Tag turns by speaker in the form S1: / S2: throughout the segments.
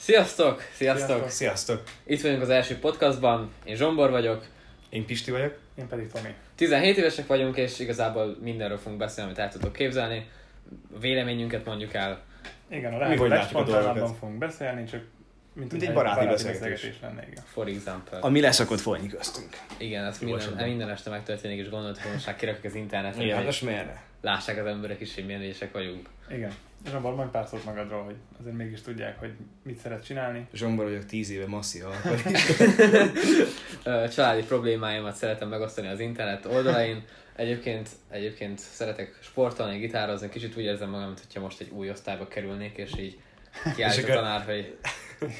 S1: Sziasztok! Sziasztok!
S2: Sziasztok.
S3: Sziasztok!
S1: Itt vagyunk az első podcastban, én Zsombor vagyok,
S3: Én Pisti vagyok.
S2: Én pedig Tomi.
S1: 17 évesek vagyunk, és igazából mindenről fogunk beszélni, amit el tudok képzelni. Véleményünket mondjuk el.
S2: Igen, a
S3: Mi
S2: rádió
S3: hogy látjuk a
S2: legspontánabbban
S3: dolgokat?
S2: fogunk beszélni, csak mint,
S3: Mint
S2: hogyha
S3: egy baráti beszélgetés.
S2: beszélgetés lenne. Igen.
S1: For example.
S3: Ami leszokott folyni köztünk.
S1: Igen, ez
S3: Jó
S1: minden,
S3: esetben.
S1: minden este megtörténik, és gondolat valóság kirakjuk az internetre,
S3: Igen, hát
S1: hogy
S3: most miért ne?
S1: lássák az emberek is, hogy milyen ügyesek vagyunk.
S2: igen. És abban majd pár szót magadról, hogy azért mégis tudják, hogy mit szeret csinálni.
S3: Zsombor vagyok, tíz éve masszív alkoholista.
S1: Ö, Családi problémáimat szeretem megosztani az internet oldalain. Egyébként, egyébként szeretek sportolni, gitározni, kicsit úgy érzem magam, mintha most egy új osztályba kerülnék, és így kiállít a
S3: akkor-
S1: tanár, hogy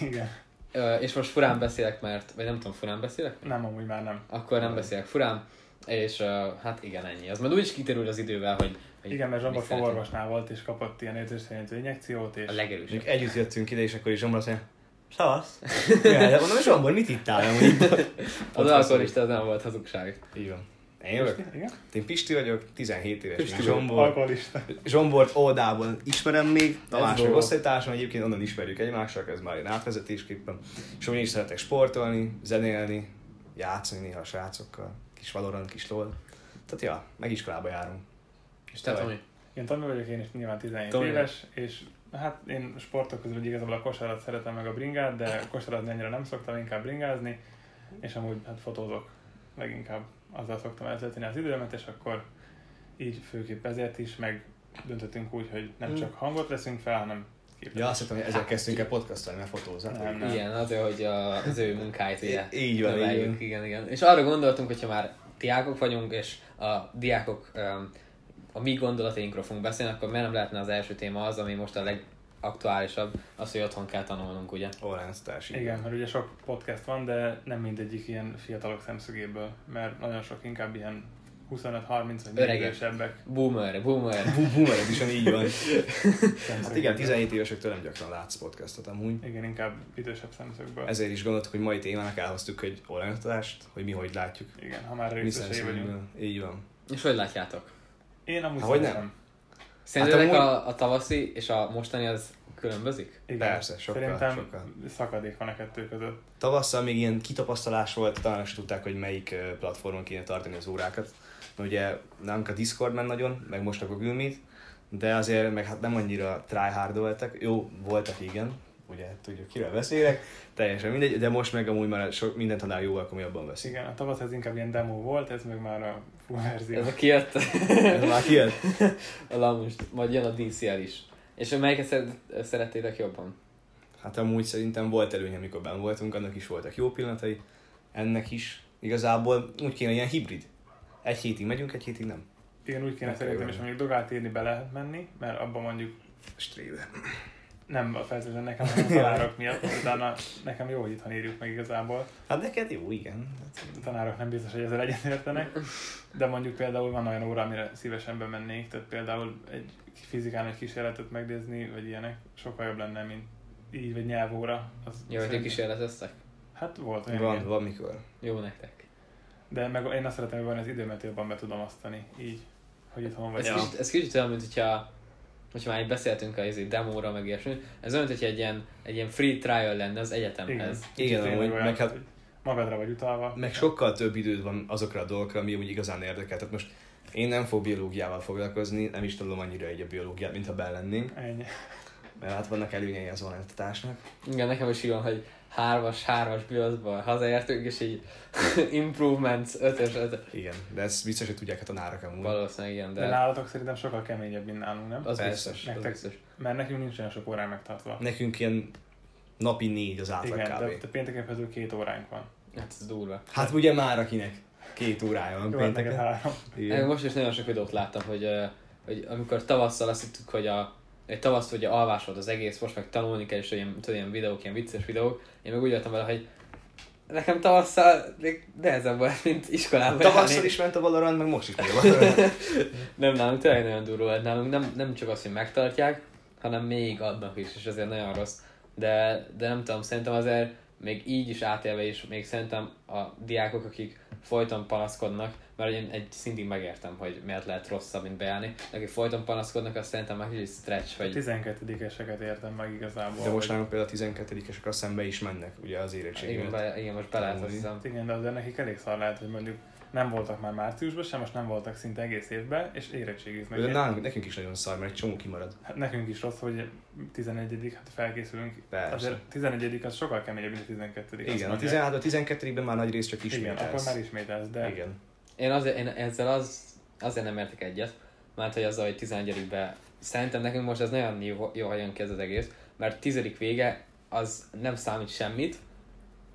S2: Igen.
S1: Ö, és most furán beszélek, mert, vagy nem tudom, furán beszélek?
S2: Nem, amúgy már nem.
S1: Akkor nem beszélek furán, és ö, hát igen, ennyi. Az majd úgy is kiterül az idővel, hogy... hogy
S2: Igen, mert Zsombor
S1: mit szeretnénk.
S2: fogorvosnál volt, és kapott ilyen érzéstelenítő injekciót, és
S1: A legerősebb.
S3: Mondjuk együtt jöttünk ide, és akkor is Zsombor azt mondja, Szasz? Ja, de mondom, Zsombor, mit ittál? Nem, hogy itt-
S1: Az
S3: Podcast-
S1: alkoholista az nem volt hazugság.
S3: Így van. Én jövök?
S2: Pisti? Igen?
S3: Én Pisti vagyok, 17 éves.
S1: Pisti
S3: Pisti
S1: vagyok.
S3: Zsombor.
S2: Alkoholista.
S3: Zsombort oldából ismerem még, Tamás
S2: Ez
S3: meg
S2: dolog.
S3: osztálytársam, egyébként onnan ismerjük egymással, ez már ilyen átvezetésképpen. És amúgy én is szeretek sportolni, zenélni, játszani néha a srácokkal, kis Valorant, kis LOL. Tehát ja, meg iskolába járunk.
S1: És te,
S3: Jaj.
S1: Tomi?
S2: Én Tomi vagyok, én is nyilván 17
S1: Tomi.
S2: éves, és hát én sportok közül igazából a kosarat szeretem meg a bringát, de kosarazni annyira nem szoktam, inkább bringázni, és amúgy hát fotózok, leginkább azzal szoktam eltölteni az időmet, és akkor így főképp ezért is, meg döntöttünk úgy, hogy nem csak hangot veszünk fel, hanem képet.
S3: Ja, azt hittem, hogy ezzel kezdtünk el podcastolni, mert fotózat.
S2: Hát, Nem, nem.
S1: Igen, azért, hogy a, az ő munkáit ugye
S3: Í- így van,
S1: növeljük.
S3: így van.
S1: Igen, igen. És arra gondoltunk, hogyha már diákok vagyunk, és a diákok öm, a mi gondolatainkról fogunk beszélni, akkor miért nem lehetne az első téma az, ami most a legaktuálisabb, az, hogy otthon kell tanulnunk, ugye?
S3: Orlánc társi.
S2: Igen, mert ugye sok podcast van, de nem mindegyik ilyen fiatalok szemszögéből, mert nagyon sok inkább ilyen 25-30 vagy még
S1: Öregek.
S3: Hát
S2: idősebbek
S1: Boomer, boomer.
S3: Bu- Boomer is így van. Hát igen,
S2: szemszögéből.
S3: 17 évesektől nem gyakran látsz podcastot amúgy.
S2: Igen, inkább idősebb szemszögből.
S3: Ezért is gondoltuk, hogy mai témának elhoztuk, hogy orláncotást, hogy mi hogy látjuk.
S2: Igen, ha már
S3: Mi
S2: részesei vagyunk.
S3: szemszögünkből. Így van.
S1: És hogy látjátok?
S2: Én amúgy
S3: Há,
S2: hogy
S3: hogy
S2: nem.
S1: Szerintetek
S3: amúgy-
S1: Hát a, a tavaszi és a mostani az különbözik?
S2: Igen.
S3: Persze, sokkal,
S2: Szerintem
S3: sokkal.
S2: szakadék van a kettő között.
S3: Tavasszal még ilyen kitapasztalás volt, talán sem tudták, hogy melyik ö, platformon kéne tartani az órákat. Mert ugye nálunk a Discord ment nagyon, meg most a Google Meet, de azért meg hát nem annyira tryhard voltak. Jó, voltak igen, ugye tudjuk kiről beszélek, teljesen mindegy, de most meg amúgy már sok, minden tanár jóval komolyabban veszik.
S2: Igen, a tavasz ez inkább ilyen demo volt, ez meg már a full verzió.
S1: Ez a kijött
S3: Ez már kijött?
S1: a lamust, majd jön a DCL is. És melyiket szer- szerettétek jobban?
S3: Hát amúgy szerintem volt előnye, amikor benn voltunk, annak is voltak jó pillanatai, ennek is. Igazából úgy kéne ilyen hibrid. Egy hétig megyünk, egy hétig nem.
S2: Igen, úgy kéne
S3: Meg
S2: szerintem is
S3: kell
S2: mondjuk dogát írni be lehet menni, mert abban mondjuk
S3: Strébe.
S2: nem a feltétlenül nekem, hanem a tanárok miatt, de utána nekem jó, hogy itthon írjuk meg igazából.
S3: Hát neked jó, igen. Hát
S2: A tanárok nem biztos, hogy ezzel egyetértenek, de mondjuk például van olyan óra, amire szívesen bemennék, tehát például egy fizikán egy kísérletet megnézni, vagy ilyenek, sokkal jobb lenne, mint így, vagy nyelvóra. Az
S1: Jó, hogy
S2: szerintem-
S1: ti kísérleteztek?
S2: Hát volt olyan,
S3: Van,
S2: igen.
S3: van mikor.
S1: Jó nektek.
S2: De meg én azt szeretem, hogy van az időmet jobban be tudom osztani, így, hogy itthon
S1: Ez,
S2: vagy.
S3: Ja.
S1: kicsit, ez kicsit olyan, mint hogyha, hogyha már így beszéltünk a izé, demóra, meg ilyesmi, ez olyan, mint hogyha egy ilyen, egy ilyen free trial lenne az egyetemhez.
S2: kicsit
S3: Igen,
S2: tényleg
S3: amúgy,
S2: olyan,
S3: meg hát-
S2: hogy Magadra vagy utalva. Hát
S3: Meg sokkal több időd van azokra a dolgokra, ami úgy igazán érdekel. Tehát most én nem fog biológiával foglalkozni, nem is tudom annyira egy a biológiát, mintha benn lennénk,
S2: Ennyi.
S3: mert hát vannak előnyei az vonattatásnak.
S1: Igen, nekem is így van, hogy hármas, hármas bioszból hazaértünk, és így improvements, ötös, ötös.
S3: Igen, de ezt biztos, hogy tudják hát a tanárok amúgy.
S1: Valószínűleg igen,
S2: De, de
S1: de
S2: nálatok szerintem sokkal keményebb, mint nálunk, nem?
S1: az
S3: Persze.
S1: biztos, az
S2: Nektek-
S1: biztos.
S2: Mert nekünk nincs olyan sok órán megtartva.
S3: Nekünk ilyen napi négy az átlag
S2: Igen, de,
S3: kb.
S2: de pénteken például két óránk van.
S1: Hát ez durva.
S3: Hát ugye már akinek két órája van
S2: Jó, hát neked
S3: pénteken.
S2: három.
S1: Én
S3: Igen.
S1: most is nagyon sok videót láttam, hogy, ö, hogy amikor tavasszal azt hittük, hogy a egy tavaszt ugye alvás volt az egész, most meg tanulni kell, és ilyen, tudod, ilyen videók, ilyen vicces videók. Én meg úgy jöttem vele, hogy nekem tavasszal még nehezebb volt, mint
S2: hát
S1: iskolában.
S3: Hát Tavasszal
S1: járni.
S3: is ment a Valorant, meg most is megy a Valorant.
S1: Nem, nálunk tényleg nagyon durva volt. Nálunk nem, nem csak az, hogy megtartják, hanem még adnak is, és ezért nagyon rossz. De, de nem tudom, szerintem azért még így is átélve is, még szerintem a diákok, akik folyton panaszkodnak, mert én egy szintig megértem, hogy miért lehet rosszabb, mint beállni. De akik folyton panaszkodnak, azt szerintem már kicsit stretch,
S2: A
S1: hogy
S2: 12-eseket értem meg igazából.
S3: De most
S2: hogy-
S3: nálunk például a 12-esek a szembe is mennek, ugye az
S1: igen,
S3: érettségület.
S1: be, igen, most be lehet, azt hiszem.
S2: Hát Igen, de azért nekik elég szar lehet, hogy mondjuk nem voltak már márciusban sem, most nem voltak szinte egész évben, és érettségiznek.
S3: De nálunk, nekünk is nagyon szar, mert egy csomó kimarad.
S2: Hát nekünk is rossz, hogy 11 hát felkészülünk.
S3: Persze.
S2: Azért 11 az sokkal keményebb, mint a 12
S3: Igen, a 16 a 12 már nagy rész csak
S2: Igen, akkor
S3: ismételsz.
S2: már ismételsz, de Igen.
S3: Igen.
S1: Én, azért, én ezzel az, azért nem értek egyet, mert hogy az, hogy 11 be szerintem nekünk most ez nagyon jó, jó ha jön ki ez az egész, mert 10 vége az nem számít semmit,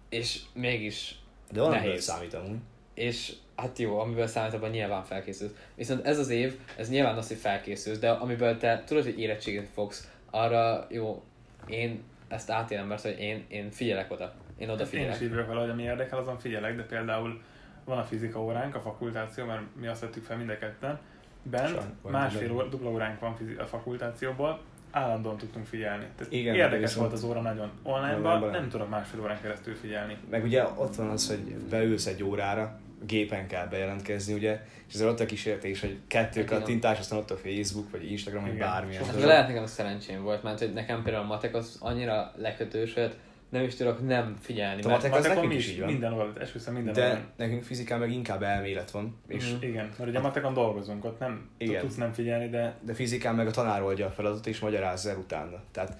S1: és mégis
S3: De valamiből
S1: Nehéz.
S3: számít amúgy.
S1: és hát jó, amiből számít, abban nyilván felkészülsz. Viszont ez az év, ez nyilván az, hogy felkészülsz, de amiből te tudod, hogy érettségét fogsz, arra jó, én ezt átélem, mert hogy én, én figyelek oda. Én oda
S2: én
S1: figyelek.
S2: is így vagyok valahogy, ami érdekel, azon figyelek, de például van a fizika óránk, a fakultáció, mert mi azt vettük fel mind a ketten, bent
S3: Sajnálom,
S2: másfél
S3: tudom.
S2: óra, dupla óránk van fizi- a fakultációból, állandóan tudtunk figyelni. Tehát
S3: Igen,
S2: Igen, érdekes
S3: viszont-
S2: volt az óra nagyon.
S3: Online-ban Hát
S2: Online-ban
S3: nem.
S2: nem tudok másfél órán keresztül figyelni.
S3: Meg ugye ott van az, hogy beülsz egy órára, gépen kell bejelentkezni, ugye, és azért ott a kísértés, hogy kettő
S1: Hát Igen.
S3: kattintás, aztán ott a Facebook, vagy Instagram, vagy
S2: Igen.
S3: bármilyen.
S1: Hát
S3: dolog.
S1: lehet nekem a szerencsém volt, mert hogy nekem például a matek az annyira lekötős, hogy hát nem is tudok nem figyelni.
S3: Te
S1: Mert, matek...
S3: matek- Hát ez
S2: Matekon
S3: nekünk
S2: mi
S3: is
S2: is
S3: így van.
S2: minden óra, esküszöm minden
S3: De
S2: órán.
S3: nekünk fizikán meg inkább elmélet van, és
S1: Mhm.
S2: Igen, mert ugye matekon dolgozunk, ott nem
S3: Mm. Hát- Igen.
S2: Igen. tudsz nem figyelni, de
S3: de fizikán meg a tanár oldja a feladatot, és magyarázza el utána. Tehát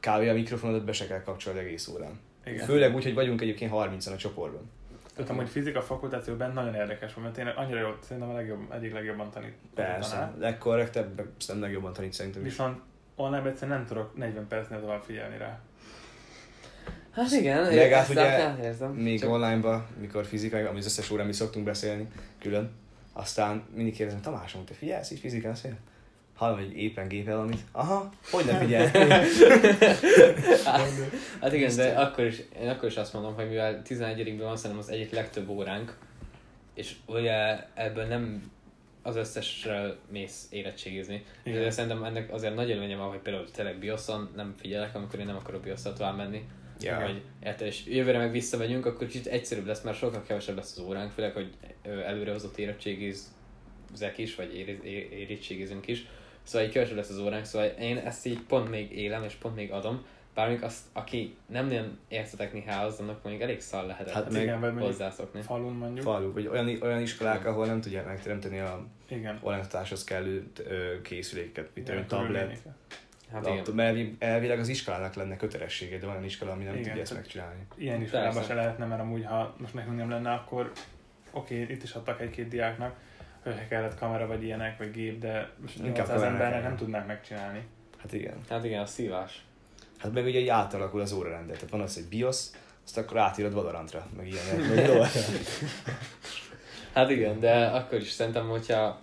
S3: kb. a mikrofonodat be se kell kapcsolni egész órán.
S2: igen.
S3: Főleg úgy, hogy vagyunk egyébként 30-an a csoportban.
S2: Tehát amúgy fizika fakultációban nagyon érdekes volt, mert tényleg annyira jó, szerintem a legjobb, egyik legjobban tanít. az a tanár.
S3: Persze, legkorrektebb, meg aztán legjobban tanít szerintem is.
S2: Viszont online egyszerűen nem tudok 40 percnél tovább figyelni rá.
S1: hát igen,
S3: Meg
S1: én
S3: hát
S1: ezt
S3: ugye
S1: át- érzem.
S3: Még
S1: Csak-
S3: online-ban, mikor fizikai, ami az összes órán mi szoktunk beszélni külön, aztán mindig kérdezem, Tamás, amúgy te figyelsz így fizikán szél? Hallom, hogy éppen gépel valamit. Aha, hogy nem figyel?
S1: Hát igen, de akkor is, én akkor is azt mondom, hogy mivel 11 van szerintem az egyik legtöbb óránk, és ugye ebből nem az összesről mész érettségizni.
S2: Igen.
S1: De szerintem ennek azért nagy előnye van, hogy például tényleg bioszon nem figyelek, amikor én nem akarok bioszra tovább menni.
S3: Ja.
S1: Vagy, érted, és jövőre meg visszamegyünk, akkor kicsit egyszerűbb lesz, mert sokkal kevesebb lesz az óránk, főleg, hogy ö, előrehozott érettségizek is, vagy éri- é- érettségizünk is. Szóval így kevesebb lesz az óránk, szóval én ezt így pont még élem, és pont még adom. Bár mondjuk azt, aki nem nagyon ért a technikához, annak mondjuk elég szal lehetett hát,
S3: Hát
S2: Hát
S3: meg
S2: igen, vagy mondjuk
S1: hozzászokni.
S2: falun mondjuk.
S3: Falu, vagy olyan, olyan iskolák, ahol nem tudják megteremteni a
S2: igen.
S3: olajatáshoz kellő ö, készüléket, mint olyan
S2: Igen,
S3: tablet.
S2: körülményeket.
S1: Hát igen.
S3: Laptop, mert elvi- elvileg az iskolának lenne kötelessége, de olyan iskola, ami nem
S2: Igen,
S3: tudja ezt
S2: tehát-
S3: megcsinálni.
S2: Ilyen is korábban
S1: Persze.
S2: se lehetne, mert amúgy ha most nekünk nem lenne, akkor oké, okay, itt is adtak egy-két diáknak, hogy kellett kamera vagy ilyenek, vagy gép, de most
S3: Inkább
S2: 800
S3: kamerák
S2: embernek
S3: kellene.
S2: nem tudnák megcsinálni.
S3: Hát igen.
S1: Hát igen, a szívás.
S3: Hát meg ugye így átalakul az órarendet. Tehát van az, hogy BIOS, azt akkor átírod Valorantra, meg ilyenek. meg dolgok.
S1: Hát igen, de akkor is szerintem, hogyha...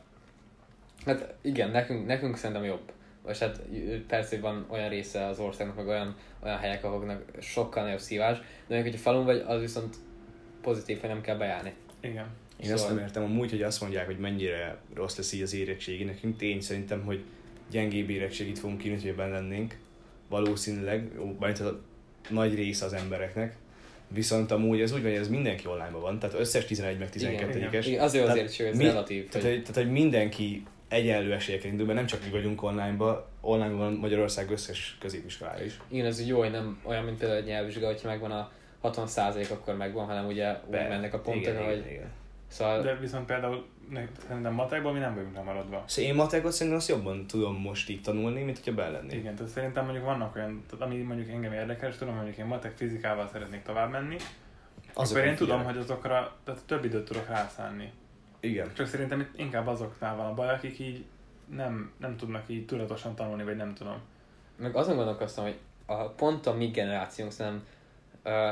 S1: Hát igen, nekünk, nekünk szerintem jobb. És hát j- persze hogy van olyan része az országnak, meg olyan, olyan helyek, ahoknak sokkal nagyobb szívás, de még hogyha falun vagy, az viszont pozitív, hogy nem kell bejárni.
S2: Igen.
S3: Én azt
S1: Szóval-
S3: nem értem amúgy, hogy azt mondják, hogy mennyire rossz lesz így az érettségi. Nekünk tény szerintem, hogy gyengébb érettségit fogunk kínni, hogyha benne lennénk. Valószínűleg, jó, majd a nagy része az embereknek. Viszont amúgy ez úgy van, hogy ez mindenki online van, tehát összes 11 meg 12
S2: Igen,
S3: es
S1: Igen, azért
S3: Tehát
S1: azért is, hogy ez
S3: mi-
S1: relatív.
S3: Tehát, hogy, tehát, hogy mindenki egyenlő esélyekkel indul, mert nem csak mi vagyunk online-ba, online van Magyarország összes középiskolája is.
S1: Igen, ez így jó, hogy nem olyan, mint például egy nyelvvizsga, hogyha megvan a 60 akkor megvan, hanem ugye úgy
S3: Be-
S1: mennek a pontok,
S3: igen, igen,
S1: hogy
S3: igen.
S1: szóval
S2: De viszont például ne- szerintem matekban mi nem vagyunk lemaradva.
S3: Szóval én matekot szerintem azt jobban tudom most így tanulni, mint hogyha benn lennék.
S2: Igen, tehát szerintem mondjuk vannak olyan, tehát ami mondjuk engem érdekel, és tudom, hogy mondjuk én matek fizikával szeretnék tovább menni,
S3: Azokon
S2: akkor én tudom,
S3: figyelek.
S2: hogy azokra tehát több időt tudok rászánni.
S3: Igen.
S2: Csak szerintem itt inkább azoknál van a baj, akik így nem, nem tudnak így tudatosan tanulni, vagy nem tudom.
S1: meg azon gondolkoztam, hogy a, pont a mi generációnk szerintem, ö,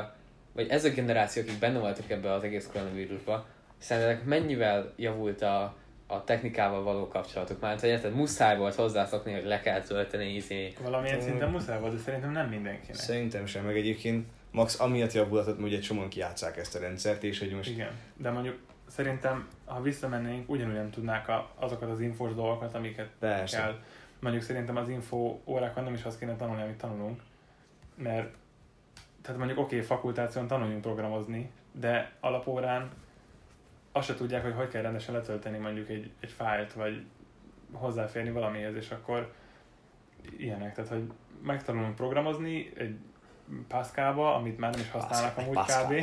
S1: vagy ez a generáció, akik benne voltak ebbe az egész koronavírusba, szerintetek mennyivel javult a, a technikával való kapcsolatuk? Már hogy érted, muszáj volt hozzászokni, hogy le kell tölteni, izé.
S2: Valamilyen
S3: Ö-
S2: szinten muszáj volt, de szerintem nem mindenkinek.
S3: Szerintem sem, meg egyébként Max amiatt javulatot, hogy egy csomóan kiátszák ezt a rendszert, és hogy most
S2: Igen, de mondjuk szerintem, ha visszamennénk, ugyanúgy nem tudnák a, azokat az infós dolgokat, amiket
S3: Persze.
S2: kell. Mondjuk szerintem az info órákon nem is azt kéne tanulni, amit tanulunk, mert tehát mondjuk oké, fakultáción tanuljunk programozni, de alapórán azt se tudják, hogy hogy kell rendesen letölteni mondjuk egy, egy fájlt, vagy hozzáférni valamihez, és akkor ilyenek. Tehát, hogy megtanulunk programozni egy Pascalba, amit már nem is használnak
S3: Pascal,
S2: amúgy
S3: Pascal.
S2: kb.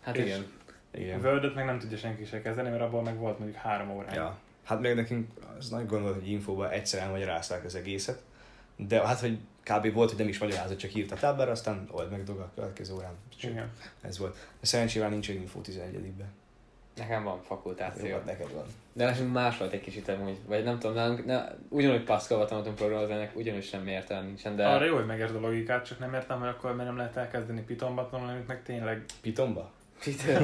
S1: Hát
S2: És-
S1: igen.
S3: Igen.
S2: Word-ot meg nem tudja senki se kezdeni, mert abból meg volt mondjuk három órány.
S3: Ja. Hát meg nekünk az nagy gond volt, hogy infóban egyszer elmagyarázták az egészet, de hát, hogy kb. volt, hogy nem is magyarázott, csak írt a táblára, aztán old meg dolga a következő órán. Csak
S2: Igen.
S3: Ez volt. De szerencsére már nincs egy info 11-ben.
S1: Nekem van
S3: Jó,
S1: fakultáció.
S3: hát neked van.
S1: De nekünk más volt egy kicsit amúgy, vagy nem tudom, nálunk, ne, ugyanúgy Pascalba tanultunk programozni, ennek ugyanúgy semmi értelme nincsen, de...
S2: De... Arra jó, hogy megérted a logikát, csak nem értem, hogy akkor miért nem lehet elkezdeni Pythonba tanulni, amit meg tényleg
S3: Pitomba?
S1: Peter.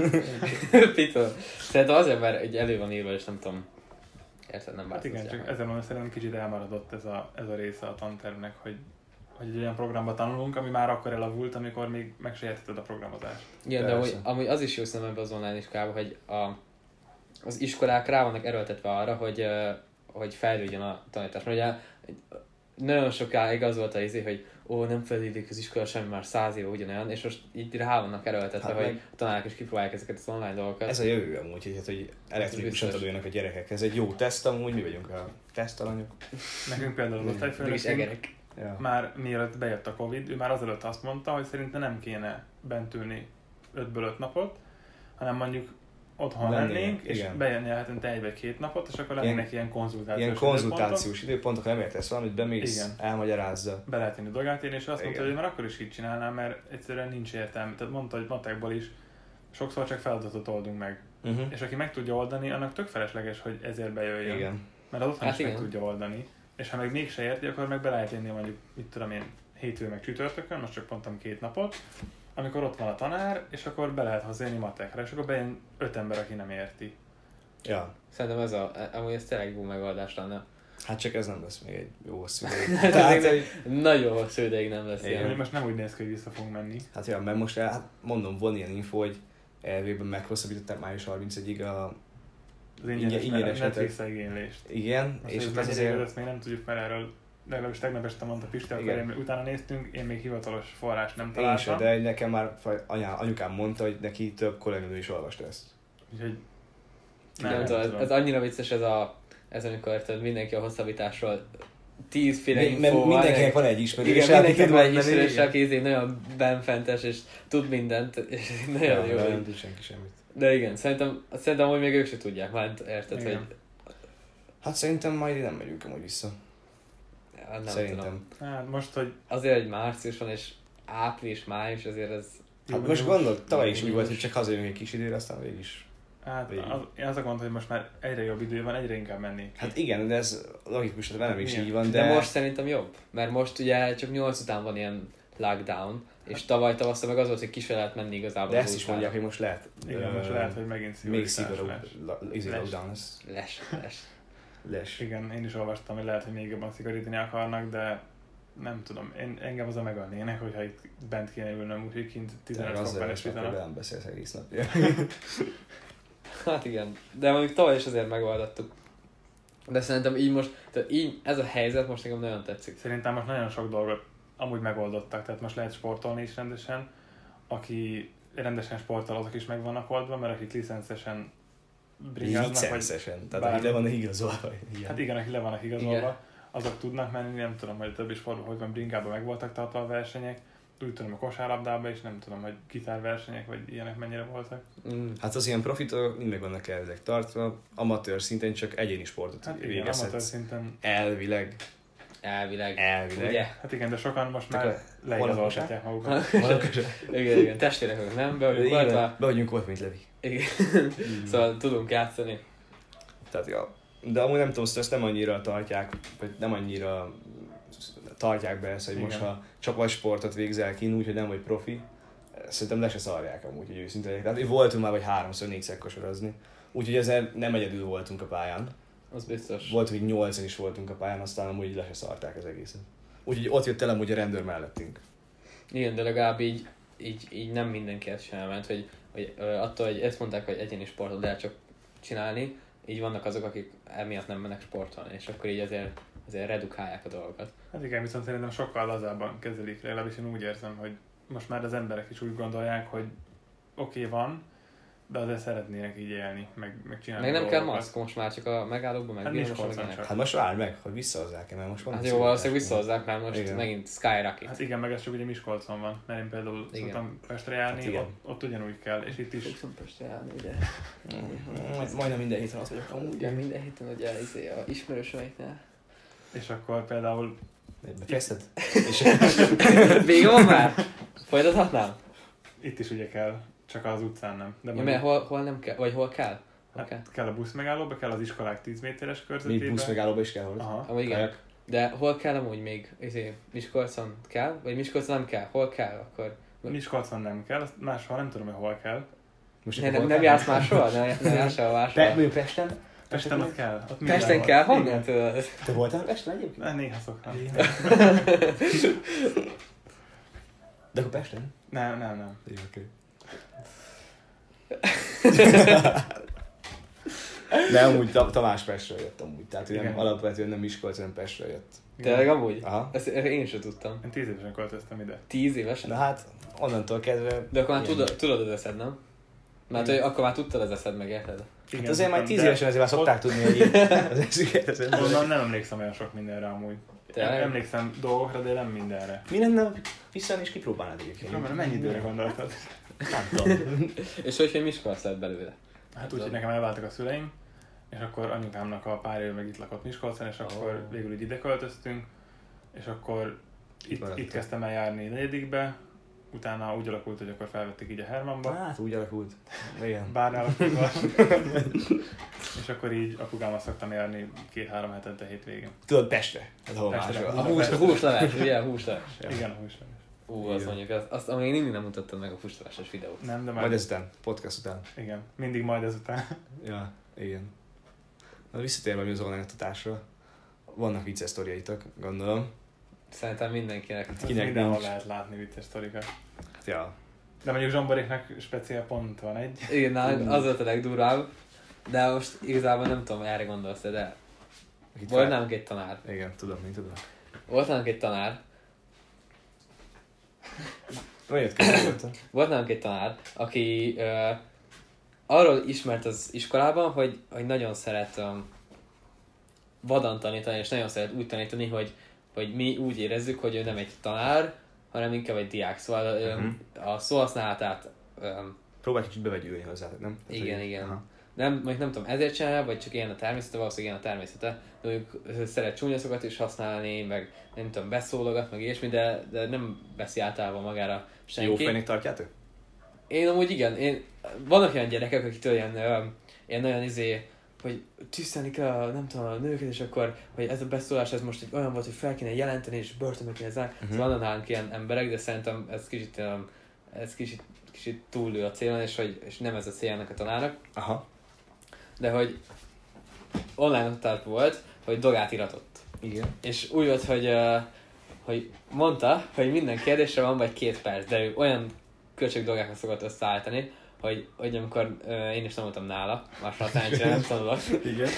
S1: Peter. Tehát azért, mert egy elő van írva, és nem tudom. Érted, nem
S2: Hát igen,
S1: változtatják
S2: csak
S1: meg.
S2: ezen mondom, szerintem kicsit elmaradott ez a, ez a része a tantervnek, hogy, hogy egy olyan programba tanulunk, ami már akkor elavult, amikor még megsajátíted a programozást.
S1: Igen, de amúgy,
S3: Persze.
S1: amúgy, az is jó szerintem ebben az online iskolában, hogy a, az iskolák rá vannak erőltetve arra, hogy, ö, hogy fejlődjön a tanítás. Mert ugye nagyon sokáig az volt a izé, hogy ó, nem fejlődik az iskola semmi, már száz éve ugyanolyan, és most így rá vannak erőltetve,
S3: Hát
S1: hát hogy
S3: meg-
S1: a tanárok is kipróbálják ezeket az online dolgokat.
S3: Ez a jövő amúgy, hogy, hát, hogy elektronikusan
S1: biztos.
S3: tanuljanak a gyerekek. Ez egy jó teszt amúgy, mi vagyunk a tesztalanyok.
S2: Nekünk például az
S3: Igen.
S1: Mégis
S2: osztályfőnökünk
S1: egerek.
S3: Ja.
S2: már mielőtt bejött a Covid, ő már azelőtt azt mondta, hogy szerinte nem kéne bent ülni 5-ből 5 napot, hanem mondjuk otthon
S3: Lennének,
S2: lennénk, lennénk és
S3: igen.
S2: bejönni hetente egy vagy két napot, és akkor
S3: Ilyen-
S2: lennének ilyen konzultációs
S3: Ilyen
S2: időpontok.
S3: konzultációs időpontok, ha nem értesz valamit, bemész,
S2: Hát Igen.
S3: elmagyarázza.
S2: be lehet tenni dolgát én, és azt mondta,
S3: Igen.
S2: hogy már akkor is így csinálnám, mert egyszerűen nincs értelme. Tehát mondta, hogy matekból is sokszor csak feladatot oldunk meg.
S1: Mhm.
S3: Uh-huh.
S2: És aki meg tudja oldani, annak tök felesleges, hogy ezért bejöjjön.
S3: Igen.
S2: Mert az otthon
S1: Hát
S2: is meg
S1: igen.
S2: tudja oldani. És ha meg mégse érti, akkor meg be lehet jönni mondjuk, mit tudom én, hétfő meg csütörtökön, most csak mondtam két napot, amikor ott van a tanár, és akkor be lehet hozzájönni matekra, és akkor bejön öt ember, aki nem érti.
S3: Ja.
S1: Szerintem ez a, e- amúgy ez tényleg jó megoldás lenne.
S3: Hát csak ez nem lesz még egy jó hosszú ideig.
S1: Tehát,
S3: Tehát, hogy-
S1: nagyon hosszú ideig nem lesz
S3: Igen.
S2: Igen.
S1: ilyen.
S2: Most nem úgy néz ki, hogy vissza fogunk menni.
S3: Hát ja, mert most el, hát mondom, van ilyen info, hogy elvében meghosszabbították május 31-ig a...
S2: Az ingyenes,
S3: Ingyen- ingyenes
S2: Netflix igénylést.
S3: Igen,
S2: Most,
S3: és
S2: és
S3: ott
S2: ez
S3: ez
S2: azért...
S3: azért...
S2: Ezt még nem tudjuk, mert erről legalábbis tegnap este mondta Pisti, akkor
S3: Igen.
S2: én, utána néztünk, én még hivatalos forrás nem
S3: Én se,
S2: találtam.
S3: de nekem már faj- anyá, anyukám mondta, hogy neki több kolléganő is olvasta ezt.
S2: Úgyhogy
S1: Nem, nem tudom, ez, ez annyira vicces ez a ez amikor tudod, mindenki a hosszabbításról tízféle
S3: Mi-
S1: infó
S3: Mert
S1: van.
S3: mindenkinek van egy hát ismerős,
S1: igen, mindenkinek
S3: akit
S1: van egy
S3: mondani,
S1: ismerős,
S3: igen.
S1: aki izé nagyon benfentes, és tud mindent, és
S3: Ja,
S1: nagyon jó.
S3: de
S1: vagy.
S3: nem tud senki semmit.
S1: De igen, szerintem, szerintem hogy még ők se tudják, már érted,
S2: Igen.
S1: hogy
S3: Hát szerintem majd nem megyünk amúgy vissza.
S1: hát nem
S3: szerintem.
S1: tudom.
S2: hát most, hogy
S1: Azért, hogy március van, és április, május, azért ez
S2: Jó,
S3: Hát most
S2: jó.
S3: gondolod, tavaly is úgy
S1: Jó,
S3: volt,
S1: jó.
S3: hogy csak hazajövünk egy kis időre, aztán végig is.
S2: hát
S3: Végig.
S2: az, én az a gond, hogy most már egyre jobb idő van, egyre inkább menni.
S3: Hát igen, de ez logikus, hát velem is
S2: Igen.
S3: így van,
S1: De...
S3: de...
S1: de most szerintem jobb, mert most ugye csak 8 után van ilyen lockdown, és tavaly tavasszal meg az volt, hogy ki se lehet menni igazából.
S3: De
S1: az
S3: ezt is
S1: utcára.
S3: mondják, hogy most lehet.
S2: Igen,
S3: ö,
S2: most lehet, hogy megint
S3: Még
S2: szigorítás
S3: szigorúbb
S2: lesz.
S3: la- izé,
S2: Lesz.
S3: lockdown lesz.
S1: Les, les.
S3: Lesz.
S2: Igen, én is olvastam, hogy lehet, hogy még jobban szigorítani akarnak, de nem tudom, én, engem az a megölnének, hogyha itt bent kéne ülnöm, úgyhogy kint 15 fok
S3: Azzal
S2: felett
S3: lesz, hogy
S2: sütenek.
S3: velem beszélsz egész nap. Ja.
S1: Hát igen, de mondjuk tavaly is azért megoldottuk. De szerintem így most, tehát így ez a helyzet most nekem nagyon tetszik.
S2: Szerintem most nagyon sok dolgot amúgy megoldottak, tehát most lehet sportolni is rendesen. Aki rendesen sportol, azok is meg vannak oldva, mert akik licenszesen brigáznak, vagy...
S3: Licenszesen. Tehát
S2: bármi.
S3: ide van igazolva. Igen.
S2: Hát igen, akik le vannak igazolva,
S1: Igen.
S2: azok tudnak menni, nem tudom, hogy a többi sportban hogy van, bringában meg voltak tartva a versenyek, úgy tudom, a kosárlabdában is, nem tudom, hogy gitárversenyek, vagy ilyenek mennyire voltak.
S1: Mm.
S3: Hát az ilyen profitok mind meg vannak ezek tartva, amatőr szinten csak egyéni sportot
S2: Hát igen, amatőr
S3: végezhetsz.
S2: szinten.
S3: Elvileg,
S1: Elvileg.
S3: elvileg.
S1: Ugye?
S2: Hát igen, de sokan most
S3: Csak
S2: már
S3: a-
S2: leigazolhatják magukat.
S1: igen, igen, testvérek vagyunk, nem? Be vagyunk
S3: Igen,
S1: oltva.
S3: Be vagyunk ott, mint Levi.
S1: Igen. Szóval tudunk játszani.
S3: Tehát, ja. De amúgy nem tudom, szóval ezt nem annyira tartják, vagy nem annyira tartják be ezt, hogy most
S2: Igen.
S3: ha csapatsportot végzel ki, úgyhogy nem vagy profi, szerintem le se szarják amúgy, hogy őszinte legyek. Tehát voltunk már vagy háromszor, négyszer kosarazni. Úgyhogy ezzel nem egyedül voltunk a pályán.
S1: Az biztos.
S3: Volt, hogy nyolcan is voltunk a pályán, aztán amúgy le se szarták az egészet. Úgyhogy ott jött el amúgy a rendőr mellettünk.
S1: Igen, de legalább így, így, így nem mindenki ezt sem elment, hogy, hogy ö, attól, hogy ezt mondták, hogy egyéni sportot lehet csak csinálni, így vannak azok, akik emiatt nem mennek sportolni, és akkor így azért, azért redukálják a dolgokat.
S2: Hát igen, viszont szerintem sokkal lazábban kezelik, legalábbis én úgy érzem, hogy most már az emberek is úgy gondolják, hogy oké, okay, van, de azért szeretnének így élni, meg, meg csinálni
S1: Meg nem kell
S2: dolgokat.
S1: maszk, most már csak a megállóban, meg
S2: Hát nincs
S1: villamoson, meg
S2: kockán
S1: ilyenek.
S2: csak.
S3: Hát most várj meg, hogy visszahozzák-e, mert most van.
S1: Hát
S3: egy
S1: jó, valószínűleg
S3: szigorítás.
S1: visszahozzák, mert most
S3: Igen.
S1: megint skyrocket.
S2: Hát igen, meg ez csak ugye Miskolcon van, mert én például
S1: Igen.
S2: szoktam Pestre járni,
S3: Hát igen.
S2: ott, ott ugyanúgy kell, és itt is.
S1: Fogszom járni, ugye?
S3: Hát Majdnem minden héten ott vagyok amúgy.
S1: Ugye minden héten ugye izé, a ismerősöiknél.
S2: És akkor például
S3: Befejezted? És
S1: Vége van már? Folytathatnám?
S2: itt is ugye kell, csak az utcán nem. De
S1: Ja,
S2: mondjuk-
S1: mert hol, hol nem kell, vagy hol kell? Hol kell?
S2: hát kell a busz megállóba, kell az iskolák 10 méteres
S3: mi
S2: körzetébe.
S3: busz megállóba is kell hozni.
S2: Aha.
S1: Amúgy igen.
S3: Kajak.
S1: De hol kell amúgy még? Izé, Miskolcon kell? Vagy Miskolcon nem kell? Hol kell akkor? Hát
S2: Miskolcon nem kell, azt máshol nem tudom, hogy hol kell.
S3: Most
S1: Ne,
S3: akkor
S1: nem,
S3: hol
S1: nem
S3: kell?
S1: jársz máshol? Nem, nem jársz sehol
S3: Pe-
S1: máshol?
S3: mondjuk Pesten?
S2: Pesten ott kell. Ott minden
S1: Pesten
S2: van.
S1: kell?
S2: Igen.
S1: Honnan tudod?
S3: Te voltál Pesten egyébként?
S2: Ne, néha szoktam.
S3: De akkor Pesten?
S2: Nem, nem, nem.
S3: Jó, oké. De amúgy Ta- Tamás Pestről jött amúgy, tehát ugye
S2: Igen.
S3: alapvetően nem Miskolc, hanem Pestről jött.
S2: Igen.
S1: Tényleg amúgy?
S3: Aha.
S1: Ezt erre én sem tudtam.
S2: Én 10 évesen költöztem ide.
S1: Tíz évesen?
S3: Na hát, onnantól kezdve...
S1: De akkor már
S3: ilyen.
S1: tudod, tudod az eszed, nem? Mert hogy
S2: Igen.
S1: akkor már tudtad az eszed meg, érted?
S2: Igen,
S3: Hát azért már
S2: tudtam,
S3: 10
S2: de
S3: évesen azért már szokták tudni, hogy így az eszüket. az
S2: ott-
S3: ember-
S2: Onnan nem emlékszem olyan sok mindenre amúgy.
S1: Tényleg?
S2: Emlékszem dolgokra, de nem mindenre.
S3: Mi lenne, vissza is kipróbálnád egyébként?
S2: Roman, mennyi időre gondoltad?
S3: Nem tudom.
S1: És hogy, hogy Miskolc lett belőle?
S2: Hát úgy, hogy nekem elváltak a szüleim, és akkor anyukámnak a pár év meg itt lakott Miskolcon, és akkor
S1: Ó.
S2: végül így ide költöztünk, és akkor itt,
S3: maradtunk.
S2: itt kezdtem el járni negyedikbe, utána úgy alakult, hogy akkor felvették így a Hermanba,
S3: Hát úgy alakult. Igen.
S2: bár alakult És akkor így apukámmal szoktam járni két-három hetente hétvégén.
S3: Tudod, Pestre. Hát hol
S2: Pestre.
S3: máshol.
S1: A hús, a húsleves, ugye? A húsleves.
S2: Igen, a húsleves.
S1: Ú, az
S3: Igen.
S1: mondjuk, az, azt amíg mindig nem mutattad meg a húsleveses videót.
S2: Nem, de
S3: Majd Hát
S2: már...
S3: ezután, podcast után.
S2: Igen, mindig majd ezután.
S3: Ja, igen. Na, visszatérve mi az online oktatásra. Vannak vicces sztoriaitok, gondolom.
S1: Szerintem mindenkinek.
S2: Ezt
S3: Kinek
S2: mindenhol
S3: nincs?
S2: lehet látni vicces sztorikat.
S3: Hát, ja.
S2: De mondjuk Zsomboréknak speciál pont van egy.
S1: Igen, na, az volt a legdurvább. De most igazából nem tudom, erre gondolsz de
S3: akit
S1: volt
S3: fel-
S1: nálunk egy tanár.
S3: Igen, tudom, én tudom.
S1: Volt nálunk egy tanár,
S3: Nagyon közel voltam.
S1: volt nálunk egy tanár, aki ö, arról ismert az iskolában, hogy, hogy nagyon szeret ö, vadan tanítani, és nagyon szeret úgy tanítani, hogy, hogy mi úgy érezzük, hogy ő nem egy tanár, hanem inkább egy diák. Szóval ö,
S3: Mhm.
S1: a szóhasználatát ö,
S3: Próbálj kicsit bevegyülni hozzá, nem? Tehát,
S1: Igen,
S3: hogy-
S1: igen.
S3: Aha.
S1: nem, mondjuk nem tudom, ezért csinálja, vagy csak ilyen a természete, valószínűleg ilyen a természete, de mondjuk ö, szeret csúnya szokat is használni, meg nem tudom, beszólogat, meg ilyesmi, de, de nem veszi általában magára senki.
S3: Jó fejnek tartjátok?
S1: Én amúgy igen, én, vannak olyan gyerekek, akitől ilyen, ö, ilyen nagyon izé, hogy tűzteni kell a, nem tudom, a nőket, és akkor, hogy ez a beszólás, ez most egy olyan volt, hogy fel kéne jelenteni, és börtönbe kéne zárni.
S3: Mhm.
S1: Uh-huh. Szóval vannak nálunk ilyen emberek, de szerintem ez kicsit, ö, ez kicsit, kicsit túlő a célon, és, hogy, és nem ez a célja ennek a tanárnak,
S3: Aha.
S1: de hogy online oktatás volt, hogy dogát iratott.
S3: Igen.
S1: És úgy volt, hogy, ö, hogy mondta, hogy minden kérdésre van vagy két perc, de ő olyan költség dolgokat szokott összeállítani, hogy, hogy amikor ö, én is tanultam nála, más már szerencsére nem tanulok,
S3: Igen.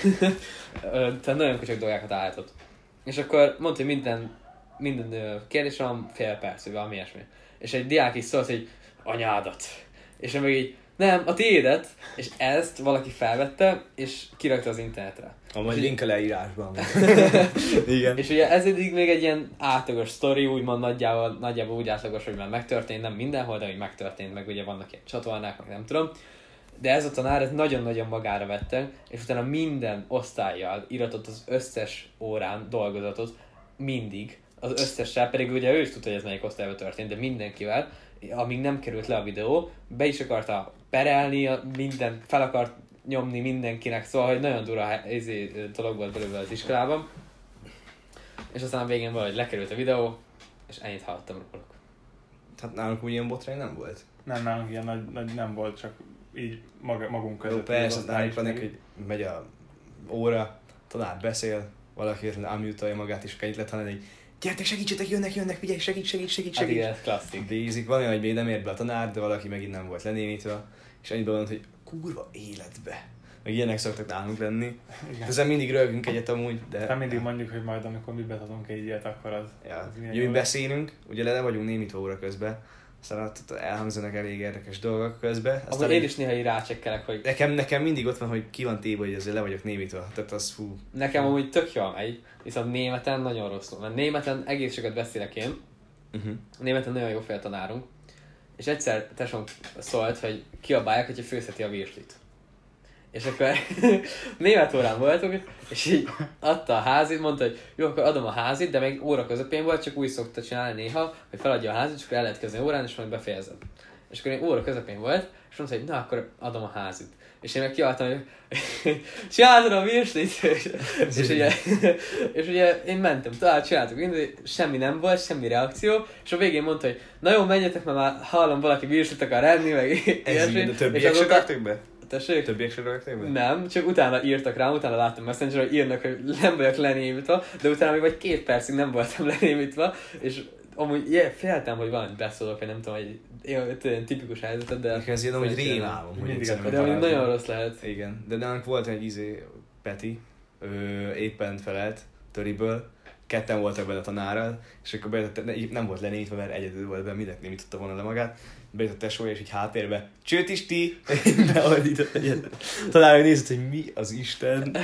S1: Ö, tehát nagyon költség dolgokat állított. És akkor mondta, hogy minden, minden ö, kérdésre van fél perc, vagy valami ilyesmi. És egy diák is szólt, hogy anyádat. És én meg így, nem, a tiédet. És ezt valaki felvette, és kirakta az internetre.
S3: Ha majd link a leírásban. van. igen.
S1: És ugye ez eddig még egy ilyen átlagos sztori, úgymond nagyjából, nagyjából úgy átlagos, hogy már megtörtént, nem mindenhol, de hogy megtörtént, meg ugye vannak ilyen csatornák, meg nem tudom. De ez a tanár ezt nagyon-nagyon magára vette, és utána minden osztályjal iratott az összes órán dolgozatot, mindig, az összessel, pedig ugye ő is tudta, hogy ez melyik osztályban történt, de mindenkivel, amíg nem került le a videó, be is akarta perelni, a- minden, fel akart nyomni mindenkinek, szóval, hogy nagyon durva hely- izé, dolog volt belőle az iskolában. És aztán a végén valahogy lekerült a videó, és ennyit hallottam róluk.
S3: Hát nálunk úgy ilyen botrány nem volt.
S2: Nem, nálunk ilyen nagy, nagy nem volt, csak így maga, magunk között.
S3: Jó, persze, hát
S2: így az
S3: nálunk
S2: osztály
S3: vannak,
S2: is meg-
S3: hogy megy a óra, tanár beszél, valaki hirtelen ámjutalja magát, és akkor itt lett hanem egy gyertek, segítsetek, jönnek, jönnek, figyelj, segít, segít, segít,
S1: Hát
S3: segít.
S1: igen, ez klasszik.
S3: Bízik, van olyan, hogy még nem ért be a tanár, de valaki megint nem volt lenémítve, és annyit mondott, hogy kurva életbe. Meg ilyenek szoktak nálunk lenni. Hát
S2: Igen.
S3: Ezen mindig rögünk egyet amúgy, de...
S2: Nem Hát mindig mondjuk, hogy majd amikor mi betadunk egy ilyet, akkor az...
S3: Ja.
S2: az milyen
S3: Ugye, mi
S2: jó lesz.
S3: beszélünk, ugye le vagyunk némítva óra közben, Szóval ott elhangzanak elég érdekes dolgok közben.
S1: Akkor én is néha így rácsekkelek, hogy
S3: Nekem, nekem mindig ott van, hogy ki van téve, hogy azért le vagyok némítva. Tehát az fú,
S1: Nekem amúgy tök jól megy, viszont németen nagyon rosszul. Mert németen egész sokat beszélek én,
S3: uh-huh.
S1: németen nagyon jó fél tanárunk, és egyszer tesóm szólt, hogy kiabálják, hogyha főzheti a virslit. És akkor német órán voltunk, és így adta a házit, mondta, hogy jó, akkor adom a házit, de még óra közepén volt, csak úgy szokta csinálni néha, hogy feladja a házit, és akkor el lehet kezdeni órán, és majd befejezed. És akkor én óra közepén volt, és mondta, hogy na, akkor adom a házit. És én meg kiáltam, hogy csináltad a virslit, és, és, ugye, és ugye én mentem tovább, csináltuk mindent, semmi nem volt, semmi reakció, és a végén mondta, hogy na jó, menjetek, mert már hallom, valaki virslit akar enni, meg
S3: ez így,
S1: ilyesmi.
S3: de
S1: és
S3: többiek se
S1: azóta,
S3: raktak be?
S1: tessék,
S3: Többiek se raktak be?
S1: nem, csak utána írtak rám, utána láttam messenger hogy írnak, hogy nem vagyok lenémítva, de utána még vagy két percig nem voltam lenémítva, és amúgy yeah, féltem, hogy valamit beszólok, vagy nem tudom, egy ilyen, ilyen tipikus helyzetet, de...
S3: Nekem ez ilyen amúgy
S1: szerencsére nem.
S3: rémálom, hogy
S2: Mindig
S3: egyszer
S2: akkor-
S1: De amúgy
S3: megtaláltam.
S1: nagyon rossz lehet.
S3: Igen, de nálunk volt egy izé, Peti, ő éppen felelt töriből, ketten voltak benne a tanárral, és akkor bejött, a te- nem volt lenémítve, mert egyedül volt benne, mindenki nem tudta volna le magát, bejött a tesója, és így háttérbe, csőt is ti! Beordított egyet. Talán ő nézett, hogy mi az Isten.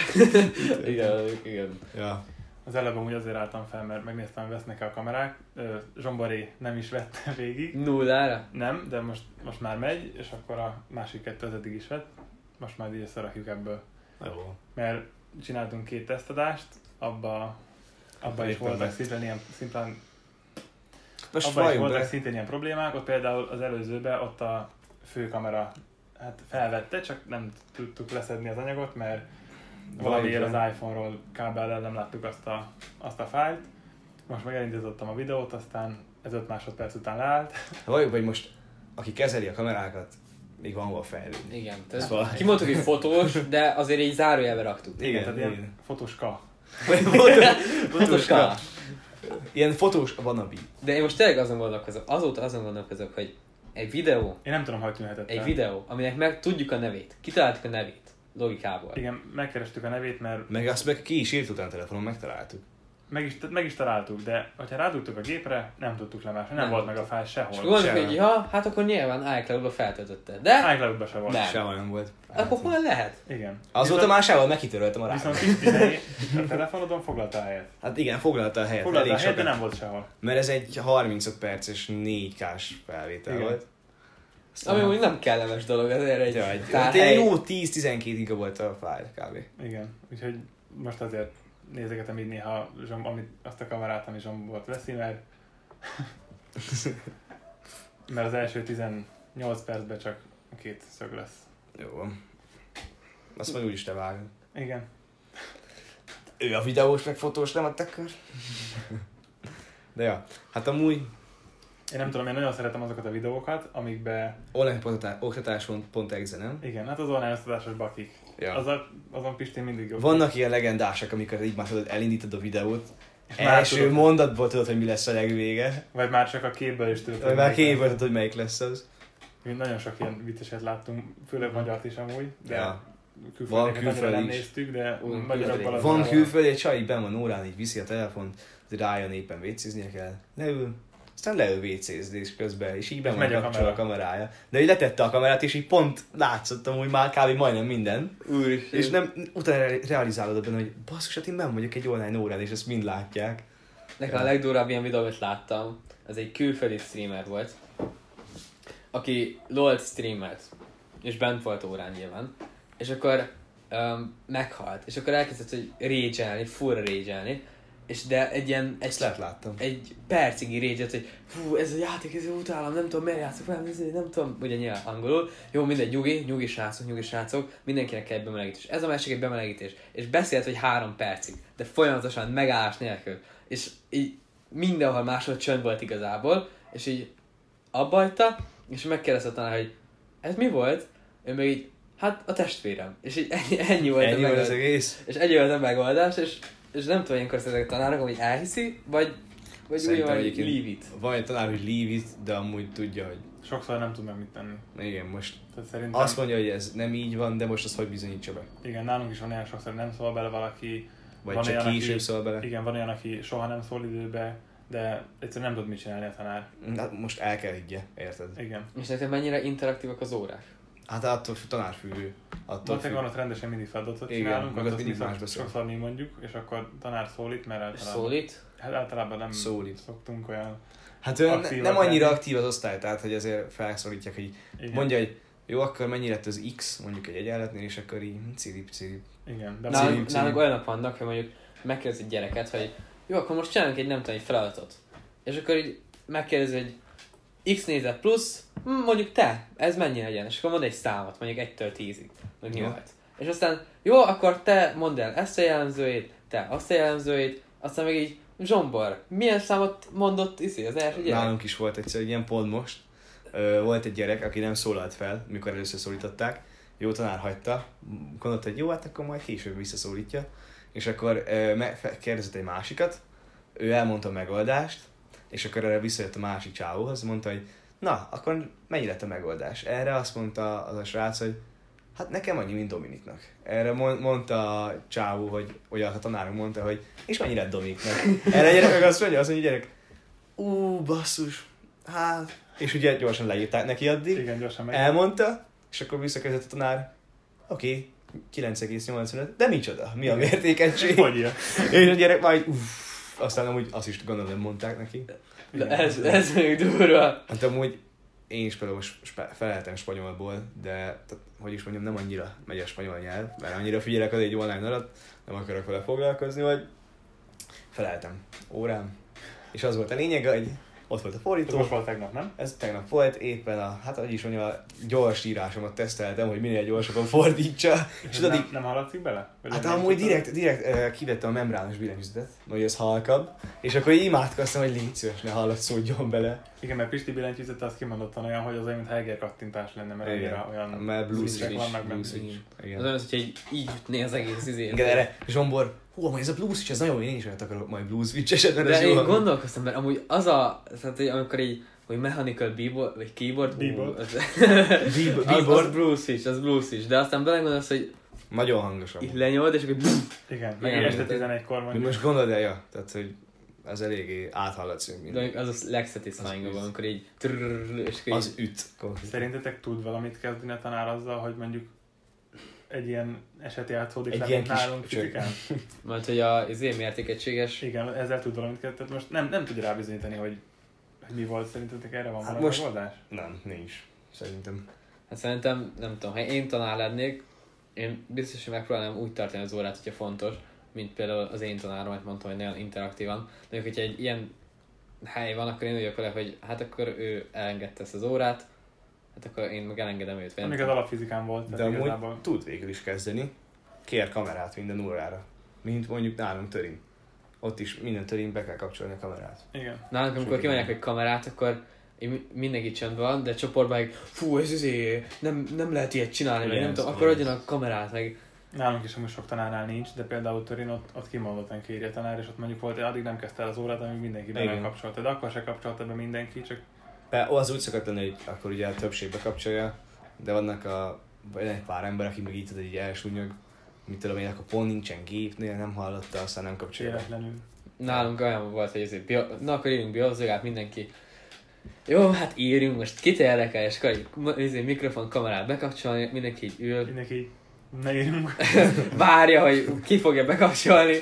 S1: Igen, igen.
S3: Ja.
S2: Az előbb amúgy azért álltam fel, mert megnéztem, vesznek-e a kamerák. Ö, Zsombori nem is vette végig.
S1: Nullára?
S2: Nem, de most, most már megy, és akkor a másik kettő az eddig is vett. Most már így összerakjuk ebből.
S3: Jó.
S2: Mert csináltunk két tesztadást, abba, abba is
S3: Éppen
S2: voltak
S3: vett.
S2: szintén ilyen, szimplán,
S3: Most
S2: abba is
S3: valljunk
S2: voltak
S3: be.
S2: szintén ilyen problémák, ott például az előzőben ott a főkamera hát felvette, csak nem tudtuk leszedni az anyagot, mert valamiért az iPhone-ról kábellel nem láttuk azt a, azt a fájlt. Most meg elindítottam a videót, aztán ez 5 másodperc után leállt.
S3: Valljuk, be, hogy most aki kezeli a kamerákat, még van hol fejlődni.
S1: Igen. Tehát
S3: Szóval-
S1: Kimondtuk, hogy fotós, de azért így zárójelbe raktuk.
S3: Igen,
S2: tehát
S3: igen.
S2: ilyen fotoska.
S1: Fotoska.
S3: Ilyen fotós wannabe.
S1: De én most tényleg azon gondolkozok, azóta azon gondolkozok, hogy egy videó,
S2: Én nem tudom, hogy tűnhetett
S1: egy
S2: el.
S1: videó, aminek meg tudjuk a nevét, kitaláltuk a nevét, logikából.
S2: Igen, megkerestük a nevét, mert
S3: Meg azt meg ki is írt utána a telefonon, megtaláltuk.
S2: meg is, meg is találtuk, de ha rádugtuk a gépre, nem tudtuk lemásni, nem,
S1: Nem
S2: nem volt meg a fájl
S1: És
S2: sehol.
S1: akkor gondoljuk,
S3: Sehol.
S1: hogy ja, hát akkor nyilván iCloud-ba feltöltötte. De
S2: iCloud-ba se volt.
S1: Nem.
S3: Sehol nem volt. Hát,
S1: akkor hol lehet?
S2: Igen.
S3: Azóta már sehol megkitöröltem a
S2: Viszont
S3: rákot.
S2: Krisztinei a telefonodon foglalta a helyet.
S3: Hát igen, foglalta a helyet.
S2: Foglalta a
S3: elég
S2: helyet, de
S3: sokat.
S2: nem volt sehol.
S3: Mert ez egy 35 perces 4K-s felvétel
S2: Igen.
S3: volt.
S1: Ami úgy nem kellemes dolog, azért egy
S3: Ja, egy,
S1: tárhely.
S3: tényleg jó 10-12 giga volt a fájl kb.
S2: Igen, úgyhogy most azért nézegetem így néha Zsom, amit, azt a kamerát, ami Zsom volt veszi, mert, mert az első 18 percben csak két szög lesz.
S3: Jó van. Azt majd úgyis te vágod.
S2: Igen.
S3: Ő a videós, meg fotós, nem a tekör. De ja, hát amúgy
S2: Én nem tudom, én nagyon szeretem azokat a videókat, amikbe,
S3: onlineoktatás.exe, nem?
S2: igen, hát az online osztatásos bakik.
S3: Ja.
S2: Az a, azon Pisti mindig jobb.
S3: Vannak ilyen legendásak, amikor így már tudod, elindítod a videót,
S2: És már
S3: első
S2: tudod-
S3: mondatból tudod, hogy mi lesz a legvége,
S2: Vagy már csak a képből is tudod.
S3: vagy
S2: hogy
S3: már
S2: melyik lesz.
S3: kívül tudod, hogy melyik lesz az.
S2: Mi nagyon sok ilyen vicceset láttunk, főleg magyar is amúgy, de
S3: Mhm. Ja.
S2: ja.
S3: Van
S2: külföldi
S3: külföld
S2: nem
S3: is.
S2: néztük, de
S1: Ú, külföldi.
S2: magyarokból az
S3: Van
S2: már-
S3: külföldi, egy csaj így ben van órán, így viszi a telefont, hogy rájön éppen vécéznie kell, leül, aztán leül vécézés közben, és így ben
S2: És
S3: van
S2: megy a
S3: kapcsolva a kamerája. De így letette a kamerát, és így pont látszottam, hogy már kb. majdnem minden.
S1: Úristen.
S3: És nem, utána re- realizálod benne, hogy basszus, hát én nem vagyok egy online órán, és ezt mind látják.
S1: Nekem a legdurvább ilyen videó, amit láttam, az egy külföldi streamer volt, aki LOL streamelt, és bent volt órán nyilván, és akkor um, meghalt, és akkor elkezdett, hogy rage furra rage és de egy ilyen, egy
S3: Ezt lehet láttam.
S1: egy percig régyet, hogy fú, ez a játék, ez jó utálom, nem tudom, miért játszok fel, ez- nem tudom, ugye nyilván angolul. Jó, mindegy, nyugi, nyugi srácok, nyugi srácok, mindenkinek kell egy bemelegítés. Ez a másik egy bemelegítés. És beszélt, hogy három percig, de folyamatosan megállás nélkül. És így mindenhol máshol csönd volt igazából, és így abbajta, és megkérdezte talán, hogy ez mi volt? Ő meg így, hát a testvérem. És így ennyi, ennyi volt
S3: Ennyi volt
S1: megoldás.
S3: az egész.
S1: És egy olyan megoldás, és, és nem tudom, ilyenkor ezek a tanárok, hogy elhiszi, vagy, vagy úgy
S3: Szerintem
S1: van, hogy
S3: egyébként-
S1: leave it.
S3: Van egy tanár, hogy leave it, de amúgy tudja, hogy
S2: Sokszor nem tud meg mit tenni.
S3: igen, most
S2: Tehát szerintem,
S3: azt mondja, hogy ez nem így van, de most azt hogy bizonyítsa be.
S2: igen, nálunk is van olyan sokszor, nem szól bele valaki,
S3: Vagy
S2: Van
S3: csak
S2: olyan, aki-
S3: később szól bele.
S2: igen, van olyan, aki soha nem szól időbe, de egyszerűen nem tud mit csinálni a tanár.
S3: Hát most el kell higgye, érted?
S2: Igen.
S1: És neked mennyire interaktívak az órák?
S3: Hát attól függ, tanárfüggő. Attól
S2: Matek van,
S3: függ.
S2: ott rendesen mindig feladatot
S3: Igen,
S2: csinálunk,
S3: meg
S2: ott
S3: ott
S2: azt mi
S3: mindig
S2: szok-
S3: más beszél.
S2: sokszor mi mondjuk, és akkor tanár szólít, mert általában,
S1: Szólít?
S2: Hát általában nem
S3: Szólít.
S2: szoktunk olyan.
S3: Hát ő ne-
S2: Aktív
S3: nem
S2: akár.
S3: annyira aktív az osztály, tehát hogy azért felszólítják, hogy
S2: Igen.
S3: mondja, hogy jó, akkor mennyi lett az X, mondjuk egy egyenletnél, és akkor így cirip, cirip.
S2: Igen, de
S3: Nálunk-
S1: Nálunk,
S3: cím.
S1: nálunk olyanok vannak, hogy mondjuk megkérdez egy gyereket, hogy jó, akkor most csinálunk egy nem tudom, egy feladatot. És akkor így megkérdez egy x nézet plusz, hm, mondjuk te, ez mennyi legyen? És akkor mond egy számot, mondjuk 1-től 10-ig, meg
S3: Ja.
S1: 8. És aztán, jó, akkor te mondd el ezt a jellemzőjét, te azt a jellemzőjét, aztán meg így, Zsombor, milyen számot mondott Iszi az első gyerek?
S3: Nálunk is volt egyszer egy ilyen pont most. Ö, volt egy gyerek, aki nem szólalt fel, mikor először szólították. Jó tanár hagyta, gondolta, hogy jó, hát akkor majd később visszaszólítja. És akkor ö, me- fe- kérdezett egy másikat, ő elmondta a megoldást, és akkor erre visszajött a másik csávóhoz, mondta, hogy na, akkor mennyi lett a megoldás? Erre azt mondta az a srác, hogy hát nekem annyi, mint Dominiknak. Erre mon- mondta a csávó, hogy, vagy a tanárunk mondta, hogy és mennyi lett Dominiknak? Erre a gyerek meg azt mondja, azt mondja, gyerek, ú, basszus, hát... És ugye gyorsan leírták neki addig,
S2: Igen, gyorsan meg.
S3: elmondta, és akkor visszakezdett a tanár, oké, 9,85, de micsoda, mi a mértékentség?
S2: Hogy ilyen?
S3: És a gyerek már így, uff, aztán amúgy azt is gondolom, nem mondták neki.
S1: De ez, ez még durva.
S3: Hát amúgy én is például spe- feleltem spanyolból, de tehát, hogy is mondjam, nem annyira megy a spanyol nyelv, mert annyira figyelek az egy online alatt, nem akarok vele foglalkozni, hogy feleltem órám. És az volt a lényeg, hogy ott volt a
S2: Ez
S3: fordító,
S2: most volt tegnap, nem?
S3: ez tegnap volt, éppen a, hát hogy is mondjam, a gyors írásomat teszteltem, hogy minél gyorsabban fordítsa. És
S2: És
S3: tudod, így,
S2: nem, nem hallatszik bele? Vagy
S3: hát
S2: nem
S3: amúgy
S2: tudtad?
S3: direkt, direkt eh, kivettem a membrános billentyűzetet, hogy ez halkabb, és akkor így imádkoztam, hogy légy szíves, ne hallatszódjon bele.
S2: Igen, mert Pisti billentyűzet az kimondottan olyan, hogy az olyan, mint Heger kattintás lenne, mert annyira olyan...
S3: mert blue
S2: zizek
S3: switch,
S2: vannak
S3: blue
S2: benne.
S3: switch.
S1: Az
S3: Igen.
S1: olyan, hogyha így, így jutné az egész izé.
S3: Igen, erre Zsombor, hú, majd ez a blue switch, ez nagyon jó, én is olyat akarok majd blue switch-eset, mert ez
S1: De
S3: jó.
S1: én gondolkoztam, mert amúgy az a, tehát, hogy amikor így, hogy mechanical b-board, vagy keyboard,
S2: B-board.
S1: Ú, az,
S3: Bí-
S1: az, az
S3: bíbor.
S1: blues is, az blues is, de aztán belegondolsz, hogy
S3: Nagyon hangos
S1: így
S3: amúgy.
S1: lenyomod, és akkor pff,
S2: Igen, meg
S1: Igen,
S2: este
S1: mint-
S2: 11-kor
S3: Mi
S2: mondjuk.
S3: most gondolod el, ja, tehát hogy ez eléggé áthallatszó minden.
S1: de az a legsatisfying,
S3: Az-
S1: amikor így trrrr, és akkor
S3: Az
S1: így,
S3: üt. konkrétan.
S2: Szerintetek tud valamit kezdeni a tanár azzal, hogy mondjuk egy ilyen eset játszódik
S3: Egy
S2: le,
S3: ilyen
S2: mint
S3: kis
S2: nálunk
S3: csög.
S2: fizikán?
S1: majd hogy a, az én mértékegységes,
S2: Igen, ezzel tud valamit kezdeni. Tehát most nem, nem tudja rábizonyítani, hogy, hogy mi volt szerintetek erre van
S3: Hát
S2: valami
S3: most-
S2: megoldás?
S3: Nem, nincs. Szerintem.
S1: hát szerintem, nem tudom, ha én tanár lennék, én biztos, hogy megpróbálnám úgy tartani az órát, hogyha fontos, mint például az én tanárom, amit mondtam, hogy nagyon interaktívan. De hogyha egy ilyen hely van, akkor én úgy vagyok vele, hogy hát akkor ő elengedte ezt az órát, hát akkor én meg elengedem őt. vagy nem
S2: Még az alapfizikán volt,
S3: De
S2: tehát
S3: amúgy
S2: igazából...
S3: tud végül is kezdeni. Kér kamerát minden órára. Mint mondjuk nálunk törin. Ott is minden törin be kell kapcsolni a kamerát.
S2: Igen.
S1: Nálunk, amikor
S3: Sok
S1: kimegyek
S3: igen.
S1: egy kamerát, akkor így mi- mindenki csönd van, de csoportban meg, fú, ez izé, nem, nem lehet ilyet csinálni, meg
S3: Igen,
S1: nem tudom,
S3: ez
S1: akkor
S3: igaz.
S1: adjanak kamerát, meg
S2: Nálunk is amúgy sok tanárnál nincs, de például Törin ott, ott kimondottan kéri a tanár, és ott mondjuk volt, addig nem kezdte el az órát, amíg mindenki be
S3: Igen.
S2: nem kapcsolta. De akkor se kapcsolta be mindenki, csak
S3: Be, ó, az úgy szokott lenni, hogy akkor ugye a többségbe kapcsolja, de vannak a, vagy egy pár ember, aki meg így tudod, így elsúnyog, mit tudom én, akkor pont nincsen gépnél, nem hallotta, aztán nem kapcsolja. be.
S2: véletlenül.
S1: nálunk olyan volt, hogy izé, bio... na akkor írjunk biológiát, mindenki. Jó, hát írjunk, most kit érdekel, és akkor így ma- izé, mikrofon, kamerát bekapcsolni, mindenki így ül,
S2: Mindenki így, ne írjunk.
S1: várja, hogy ki fogja bekapcsolni,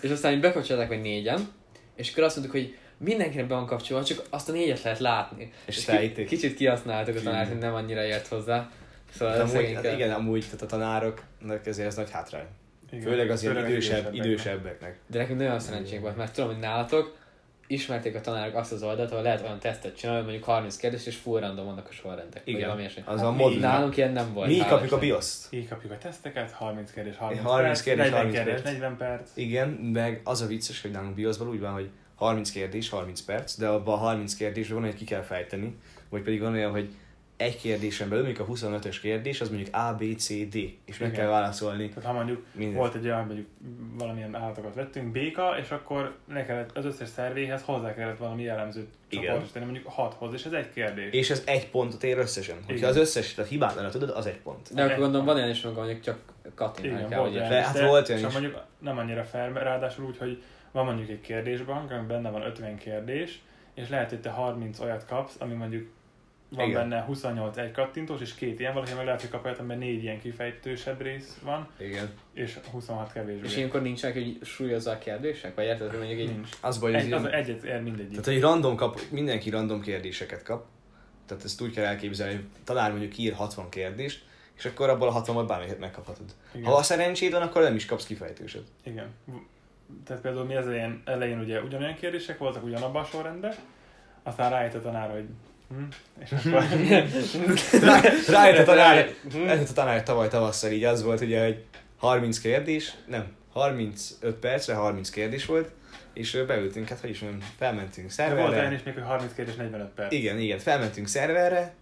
S1: és aztán így bekapcsolták, hogy négyen, és akkor azt mondtuk, hogy mindenkinek be van kapcsolva, csak azt a négyet lehet látni.
S3: És
S1: ki-
S3: rájötték.
S1: Kicsit kihasználtuk a
S3: Fű.
S1: tanárt, hogy nem annyira ért hozzá. Szóval
S3: Hát
S1: ez
S3: amúgy,
S1: szegény
S3: hát
S1: kell.
S3: igen, amúgy, tehát a tanároknak ezért ez nagy hátrány.
S2: Igen.
S3: Főleg az ilyen
S2: Főleg
S3: idősebb,
S2: idősebbeknek.
S3: idősebbeknek.
S1: De nekünk nagyon szerencsénk volt, mert tudom, hogy nálatok ismerték a tanárok azt az oldalt, ahol lehet olyan tesztet csinálni, hogy mondjuk 30 kérdés, és full random vannak a sorrendek. vagy valami
S3: Igen,
S1: ilyesmi. Hát
S3: az a
S2: mi-
S3: mod.
S1: Nálunk ilyen nem volt.
S3: Mi
S1: hál'
S3: kapjuk a
S1: Istennek.
S3: bioszt.
S2: Így kapjuk a teszteket, 30 kérdés, 30,
S3: 30
S2: perc,
S3: kérdés,
S2: 40
S3: 30
S2: kérdés,
S3: perc.
S2: 40 perc.
S3: Igen, meg az a vicces, hogy nálunk BIOS-ban úgy van, hogy 30 kérdés, 30 perc, de abban a 30 kérdésben van, hogy ki kell fejteni, vagy pedig van olyan, hogy egy kérdésen belül, mondjuk a 25-ös kérdés, az mondjuk A, B, C, D, és meg
S2: Igen.
S3: kell válaszolni.
S2: Tehát ha mondjuk
S3: Mindent.
S2: volt egy olyan, mondjuk valamilyen állatokat vettünk, béka, és akkor ne kellett az összes szervéhez hozzá kellett valami jellemzőt
S3: Igen.
S2: csoportosítani, mondjuk hathoz, és ez egy kérdés.
S3: És ez egy pontot ér összesen. Hogyha
S2: Igen.
S3: az összes, tehát hibátlanul tudod, az egy pont.
S1: De akkor gondolom van olyan is, amikor mondjuk csak
S2: Igen,
S1: kattintani kell,
S2: volt
S1: hogy
S2: olyan
S3: De
S2: is,
S3: hát
S2: de
S3: volt olyan
S2: csak
S3: is.
S2: mondjuk nem annyira fair, mert ráadásul úgy, hogy van mondjuk egy kérdésbank, amiben benne van 50 kérdés, és lehet, hogy te 30 olyat kapsz, ami mondjuk van
S3: Igen.
S2: Igen. benne 28 egy kattintós, és két ilyen, valaki meg lehet, hogy kap olyat, amiben négy ilyen kifejtősebb rész van,
S3: Igen.
S2: és 26 kevésbé.
S1: És ilyenkor nincsenek, hogy súlyozza a kérdések? Vagy érted, hogy mondjuk így...
S2: Nincs.
S3: Az baj, hogy
S2: Egy,
S3: ilyen-
S2: az egyet ér mindegyik.
S3: Tehát, hogy random kap, mindenki random kérdéseket kap. Tehát ezt úgy kell elképzelni, hogy talán mondjuk ír 60 kérdést, és akkor abból a 60-ból bármelyiket megkaphatod.
S2: Igen.
S3: Ha a szerencséd van, akkor nem is kapsz kifejtőset.
S2: Igen. V- Tehát például mi az elején, elején ugye ugyanolyan kérdések voltak ugyanabban a sorrendben, aztán rájött a tanár, hogy hm? és akkor
S3: Rá- Rájött a tanár,
S2: Mhm.
S3: rájött a tanár tavaly tavasszal, így az volt ugye, hogy 30 kérdés, nem, 35 percre 30 kérdés volt, és ö, beültünk, hát hogy is mondjam, felmentünk
S2: de volt olyan
S3: szerverre.
S2: is még, hogy 30 kérdés 45 perc.
S3: Igen, igen, felmentünk szerverre,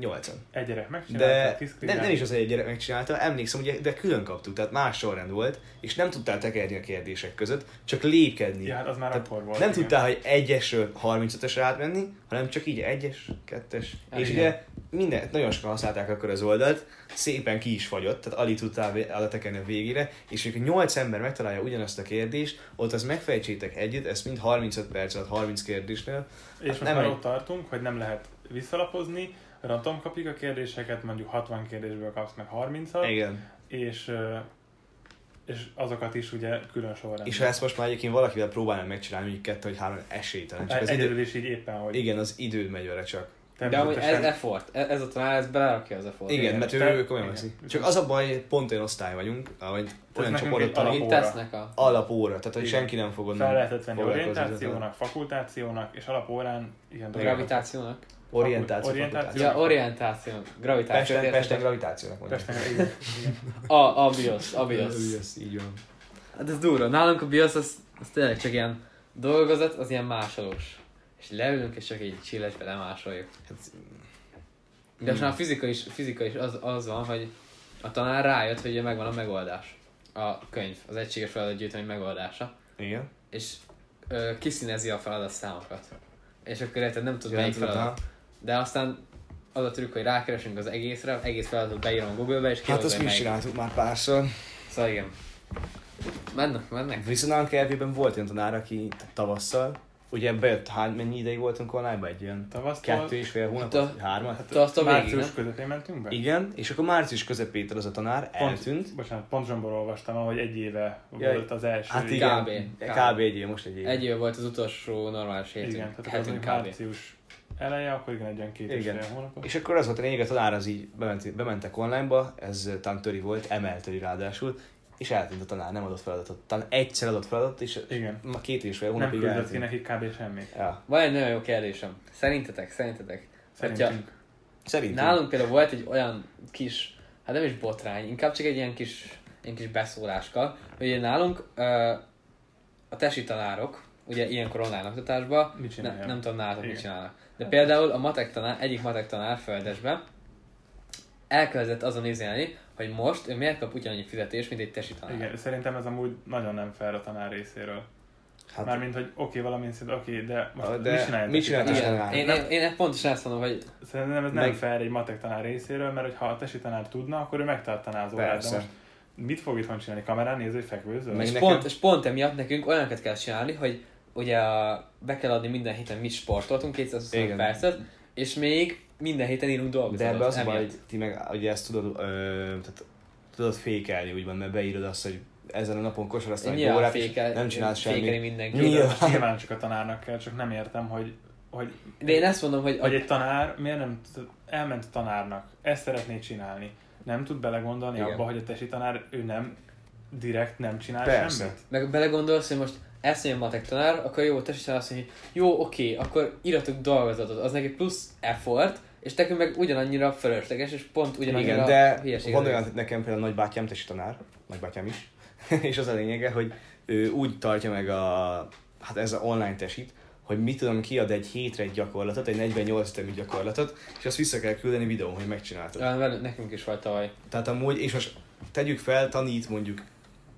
S3: 8
S2: Egy gyerek megcsinálta,
S3: De
S2: tíz
S3: nem,
S2: kritikát.
S3: nem is az, hogy egy gyerek megcsinálta, emlékszem, ugye, de külön kaptuk, tehát más sorrend volt, és nem tudtál tekerni a kérdések között, csak lépkedni.
S2: Ja, hát az már
S3: Tehát
S2: akkor volt.
S3: nem
S2: igen.
S3: tudtál, hogy egyesről 35-ösre átmenni, hanem csak így egyes, kettes.
S1: Hát
S3: és
S1: igen.
S3: ugye minden, nagyon sokan használták akkor az oldalt, szépen ki is fagyott, tehát alig tudtál vé- adatekelni a végére, és hogyha 8 ember megtalálja ugyanazt a kérdést, ott az megfejtsétek együtt, ezt mind 35 perc alatt 30 kérdésnél.
S2: És most
S3: hát nem
S2: már
S3: egy-
S2: ott tartunk, hogy nem lehet visszalapozni, random kapjuk a kérdéseket, mondjuk 60 kérdésből kapsz meg 30-at,
S3: Igen.
S2: és, ö, és azokat is ugye külön sorrendben.
S3: És ha ezt most már egyébként valakivel próbálnám megcsinálni, mondjuk kettő vagy három esélytelen, csak az idő,
S2: Hát E- Egyedül is így éppen, hogy
S3: Igen, az időd megy vele csak.
S1: De amúgy
S2: természetesen-
S1: ez effort, E- ez, ez a tanár, ez belerakja az effort.
S3: Igen,
S2: Igen,
S3: mert
S2: te-
S3: ő, ő komolyan
S2: igen.
S3: veszi. Csak az a baj, hogy pont olyan osztály vagyunk, vagy olyan
S2: nekünk
S3: csoportot
S2: egy
S3: tanít.
S1: Itt
S2: Alapóra.
S1: tesznek a...
S3: Alapóra, tehát hogy
S2: Igen.
S3: senki nem fog onnan
S2: Fel lehetett venni
S3: foglalkozni.
S2: orientációnak, fakultációnak és alapórán ilyen dolgokat.
S1: Gravitációnak?
S3: Orientáció,
S2: Orientáció.
S3: orientáció.
S1: Ja, orientációnak. Gravitáció.
S3: Hát Pesten, Pesten
S1: érted?
S3: gravitációnak mondják.
S2: Pesten, igen. igen.
S1: A, a BIOS, a BIOS.
S3: Ez Így van.
S1: Hát ez durva. Nálunk a BIOS az, az tényleg csak ilyen dolgozat, az ilyen másolós. És leülünk, és csak így csillesbe lemásoljuk.
S3: Hát, hmm.
S1: De most már a fizika is, fizika is az, az van, hogy a tanár rájött, hogy ugye megvan a megoldás. A könyv, az egységes feladatgyűjtemény megoldása.
S3: igen.
S1: És ö, kiszínezi a feladatszámokat. És akkor érted, nem tud
S3: Ja, nem
S1: melyik
S3: tudod,
S1: feladat.
S3: ha?
S1: De aztán az a trükk, hogy rákeresünk az egészre, egész feladatot beírom Google-be, és
S3: Hát
S1: kihozzuk,
S3: azt
S1: hogy
S3: mi is
S1: melyik.
S3: csináltuk már párszor.
S1: Szóval igen. Mennek, mennek.
S3: Viszont nálunk elvében volt olyan tanár, aki tavasszal, ugye bejött, hány, mennyi ideig voltunk online egy ilyen
S2: Tavasztól
S3: kettő és fél hónap,
S1: Hát a-
S3: vagy hármat?
S1: Te azt a végig, nem?
S2: március közepén mentünk be?
S3: Igen, és akkor március közepétől az a tanár eltűnt,
S2: Bocsánat, pont Zsomból olvastam, ahogy egy éve
S3: Jaj.
S2: volt az első.
S3: Hát
S2: igen.
S3: igen,
S1: Kb.
S3: kb. egy év, most egy év.
S1: Egy év volt az utolsó normális
S2: Igen,
S1: hétünk,
S2: tehát
S1: hetünk
S2: akkor hát-
S1: kb.
S2: március eleje, akkor igen, egy olyan két és
S3: Igen.
S2: fél hónapot.
S3: És akkor az volt a lényeg, a tanár az így bement, bementek onlineba, ez tantöri volt, emeltöri ráadásul, és eltűnt a tanár, nem adott feladatot. Talán egyszer adott feladatot, és
S2: Igen.
S3: ma két és fél
S2: Nem
S3: hónapig
S2: küldött ki
S3: eltűnt.
S2: nekik kb. semmit.
S3: Ja.
S1: Van egy nagyon jó kérdésem. Szerintetek, szerintetek.
S3: Hát,
S2: Szerintünk.
S3: Szerintem.
S1: Nálunk például volt egy olyan kis, hát nem is botrány, inkább csak egy ilyen kis, ilyen kis beszóláska. Ugye nálunk ö, a tesi tanárok, ugye ilyenkor online oktatásban,
S2: Mit
S1: ne,
S2: csinálják?
S1: nem tudom nálatok mit
S2: Igen.
S1: csinálnak. De például a matek tanár, egyik matek tanár földesben elkezdett azon nézni, hogy most ő miért kap ugyanannyi fizetést, mint egy tesi tanár.
S2: Igen, szerintem ez amúgy nagyon nem fair a tanár részéről.
S3: Hát,
S2: Mármint, hogy oké, valamint szint, oké, de
S3: Ah,
S2: most
S3: de
S2: mit csináljátok?
S3: mit csináltak?
S2: itt?
S1: Hát, Igen,
S3: Igen.
S1: én, én, én pontosan ezt mondom, hogy
S2: Szerintem ez nem
S3: Meg-
S2: fair egy matek tanár részéről, mert hogyha a tesi tanár tudna, akkor ő megtartaná az órát, de
S3: persze.
S2: most mit fog itthon csinálni? Kamerán néző, hogy fekvőzöl?
S3: Meg-
S1: és,
S3: nekem-
S1: pont, és pont emiatt nekünk olyanokat kell csinálni, hogy ugye a- be kell adni minden héten mit sportoltunk, 225
S3: Igen.
S1: percet, és még minden héten írunk
S3: De
S1: dolgozatot.
S3: ebbe az a baj,
S1: emiatt.
S3: hogy ti meg ugye ezt tudod, ö, tehát, tudod fékelni, úgymond, mert beírod azt, hogy ezen a napon kosaraztam egy
S1: Nyilván
S3: órát, és
S1: fékel,
S3: nem csinálsz
S1: fékeli
S3: semmit.
S1: mindenki.
S2: Jó, de
S3: Nyilván.
S2: most Nyilván csak a tanárnak kell, csak nem értem, hogy, hogy,
S1: De én ezt mondom, hogy, a,
S2: hogy egy tanár miért nem tud- elment tanárnak, ezt szeretné csinálni. Nem tud belegondolni
S3: Igen.
S2: abba, hogy a tesi tanár ő nem direkt nem csinál
S3: Persze.
S2: semmit.
S1: meg belegondolsz, hogy most ezt mondja a matek tanár, akkor jó, testesen azt mondja, hogy jó, oké, akkor iratok dolgozatot, az neki plusz effort, és nekünk meg ugyanannyira fölösleges, és pont ugyanannyira
S3: Igen, de
S1: hülyeség
S3: van
S1: az
S3: olyan,
S1: egész.
S3: hogy nekem például nagybátyám, tesi tanár, nagybátyám is, és az a lényege, hogy ő úgy tartja meg a, hát ez a online tesit, hogy mit tudom, kiad egy hétre egy gyakorlatot, egy 48 temű gyakorlatot, és azt vissza kell küldeni videón, hogy megcsináltad.
S1: Olyan velünk- Nekünk is volt tavaly.
S3: Tehát amúgy, és most tegyük fel, tanít mondjuk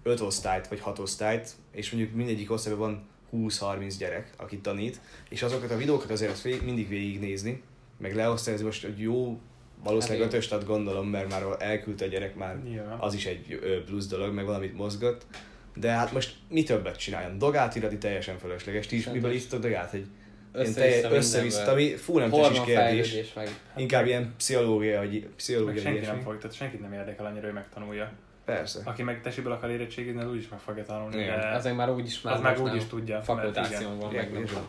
S3: 5 osztályt, vagy 6 osztályt, és mondjuk mindegyik osztályban van 20-30 gyerek, akit tanít, és azokat a videókat azért azt vég, mindig végignézni, meg leosztani, ez most egy jó, valószínűleg
S1: Hát igen.
S3: ötöstat gondolom, mert már elküldte a gyerek, már
S2: Nyilván.
S3: az is egy ö, plusz dolog, meg valamit mozgott, De hát most mi többet csináljon? Dogát iradi teljesen fölösleges. Ti is
S1: Szerintem
S3: miből
S1: is.
S3: írtok dogát? Egy ilyen
S1: Össze-vissza
S3: telje-
S1: mindenből.
S3: össze-vissza, ami fú nem tesz is kérdés.
S1: Hormonfejlődés meg.
S3: Inkább ilyen pszichológia, hogy
S2: Meg
S3: pszichológia
S2: senki nem
S3: ilyesmi.
S2: fog, tehát senkit nem érdekel annyira, hogy megtanulja.
S3: Persze.
S2: Aki meg tesiből akar érettségizni, az úgyis meg fogja tanulni.
S3: Igen.
S2: de
S1: Az meg már úgyis már
S2: az meg
S1: most
S2: úgy
S1: nem.
S2: is tudja. mert igen.
S1: fakultáción van, meg
S3: Ilyen,
S1: nem
S3: és-
S1: tudom.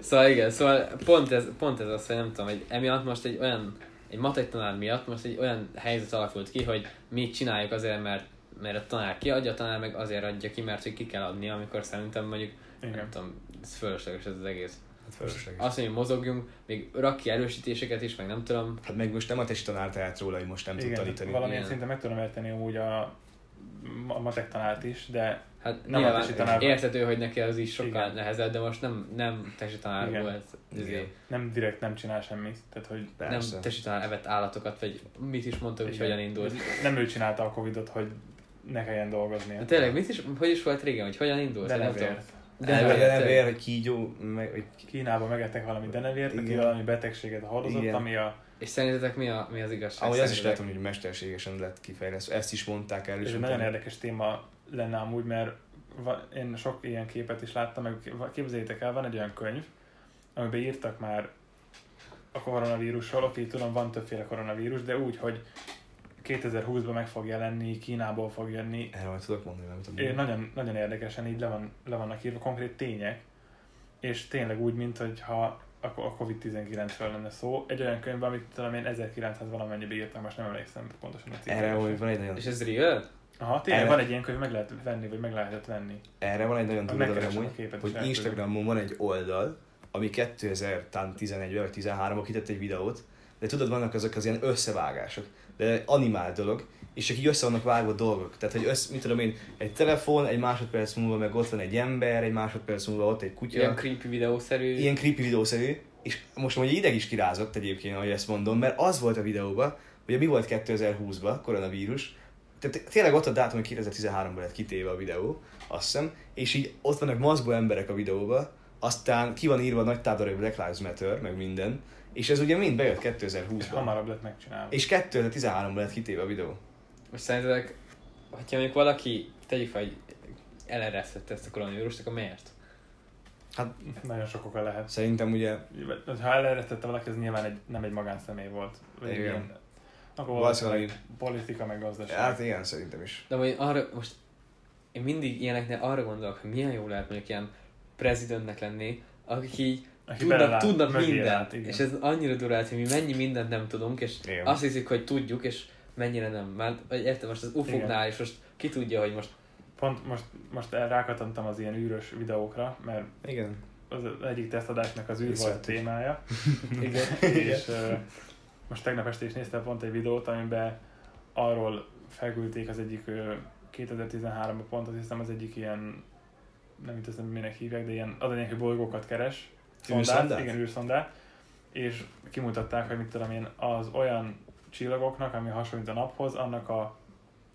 S1: szóval igen, szóval pont ez, pont ez az, hogy nem tudom, hogy emiatt most egy olyan, egy matek tanár miatt most egy olyan helyzet alakult ki, hogy mit csináljuk azért, mert mert a tanár kiadja, a tanár meg azért adja ki, mert hogy ki kell adni, amikor szerintem mondjuk,
S2: Igen.
S1: nem tudom, ez fölösleges ez az egész.
S3: Hát fölösleges.
S1: Azt mondja, hogy mozogjunk, még rak ki erősítéseket is, meg nem tudom,
S3: Hát meg most nem a tesi tanár tehet róla, hogy most nem tud
S2: Igen, hát
S3: tanítani.
S2: valamilyen
S1: Igen.
S2: szinten meg tudom érteni amúgy a, a matek tanárt is, de
S1: Hát nem
S2: Nem a
S1: nyilván
S2: tesi tanár.
S1: érthető, hogy neki az is sokkal
S2: Igen.
S1: Igen. nehezebb, de most nem, nem tesi tanár
S2: Igen.
S1: volt.
S3: Igen.
S1: Igen.
S2: nem direkt nem csinál semmit. Tehát, hogy
S1: Nem
S3: Persze.
S1: tesi tanár evett állatokat, vagy mit is mondta, hogy
S2: Igen.
S1: hogyan indult.
S2: nem ő csinálta a Covid-ot, hogy ne kelljen dolgozni.
S1: De tényleg, mit is, hogy is volt régen, hogy hogyan indult?
S2: De
S1: Én
S2: nem
S1: nem tudom.
S2: vért.
S1: De hát
S3: Elve-
S1: nem,
S3: Eleve
S1: tényleg.
S3: hogy kígyó, meg, hogy
S2: Kínában megettek valami denevért, aki
S3: Igen.
S2: valami betegséget hordozott,
S3: Igen.
S2: ami a...
S1: És szerintetek mi, a, mi az igazság?
S3: Ahogy az is lehet,
S1: Szerintetek?
S3: hogy mesterségesen lett kifejlesztve. Ezt is mondták el.
S2: És
S3: És
S2: egy nagyon
S3: utána-
S2: érdekes téma lenne amúgy, mert va- én sok ilyen képet is láttam, meg képzeljétek el, van egy olyan könyv, amiben írtak már a koronavírusról, oké, tudom, van többféle koronavírus, de úgy, hogy 2020-ban meg fog jelenni, Kínából fog jönni,
S3: Erről majd tudok mondani, nem tudom.
S2: Én nagyon, nagyon érdekesen így le, van, le vannak írva konkrét tények, és tényleg úgy, mint hogyha a a COVID-19-ről lenne szó. Egy olyan könyvben, amit tudom én 1900 valamennyibe írtam, most nem emlékszem pontosan a címre.
S3: Erre, hogy van egy nagyon,
S1: És ez real?
S2: Aha, tényleg
S3: erre-
S2: van egy ilyen könyv, meg lehet venni, vagy meg lehetett venni.
S3: erre van egy nagyon durva dolog
S2: Hát Megkeresem a
S3: amúgy,
S2: képet, és
S3: hogy
S2: elküldöm.
S3: Instagramon van egy oldal, ami 2011-ben vagy 13 ban kitett egy videót, de tudod, vannak azok az ilyen összevágások, de animált dolog, és csak így össze vannak vágva dolgok. Tehát, hogy össz, mit tudom én, egy telefon, egy másodperc múlva meg ott van egy ember, egy másodperc múlva ott egy kutya.
S1: Ilyen creepy videószerű.
S3: ilyen creepy videószerű, és most mondja ideg is kirázott egyébként, ahogy ezt mondom, mert az volt a videóban, hogy mi volt 2020-ban, koronavírus, tehát tényleg ott a dátum, hogy 2013-ban lett kitéve a videó, azt hiszem, és így ott vannak maszkba emberek a videóban, aztán ki van írva nagy tábla, hogy Black Lives Matter, meg minden, és ez ugye mind bejött
S2: És
S3: 2020-ban.
S2: hamarabb lett megcsinálva.
S3: És 2013-ban lett kitéve a videó.
S1: Most szerintetek, hogyha mondjuk valaki, tegyük fel, hogy eleresztette ezt a koronavírust, akkor miért?
S2: Nagyon sok oka lehet.
S3: Szerintem ugye
S2: Ha eleresztette valaki, az nyilván egy, nem egy magánszemély volt. Vagy
S3: Igen.
S2: Ilyen, akkor
S3: Valószínűleg-
S2: valószínűleg politika, meg gazdaság.
S3: hát igen, szerintem is.
S1: De vagy arra, most én mindig ilyeneknél arra gondolok, hogy milyen jó lehet mondjuk ilyen prezidentnek lenni, akik így
S2: Aki
S1: tudnak,
S2: belelát,
S1: tudnak
S2: mögé
S1: mindent.
S2: lát, igen.
S1: és ez annyira durva, hogy mi mennyi mindent nem tudunk, és
S3: Igen.
S1: azt hiszük, hogy tudjuk, és mennyire nem. Már, vagy érted, most az
S2: Igen.
S1: ufóknál is most ki tudja, hogy most
S2: Pont most, most rákatantam az ilyen űrös videókra, mert
S3: Igen.
S2: az egyik tesztadásnak az űr volt a
S3: Viszont.
S2: témája,
S1: igen,
S2: és ö, most tegnap este is néztem pont egy videót, amiben arról felküldték az egyik ö, 2013-ban pont, azt hiszem az egyik ilyen, nem itt hiszem, minek hívják, de ilyen, az a lényeg, hogy bolygókat keres, szondát,
S3: Űrszondát?
S2: igen, űrszondát, és kimutatták, hogy mit tudom én, az olyan csillagoknak, ami hasonlít a naphoz, annak a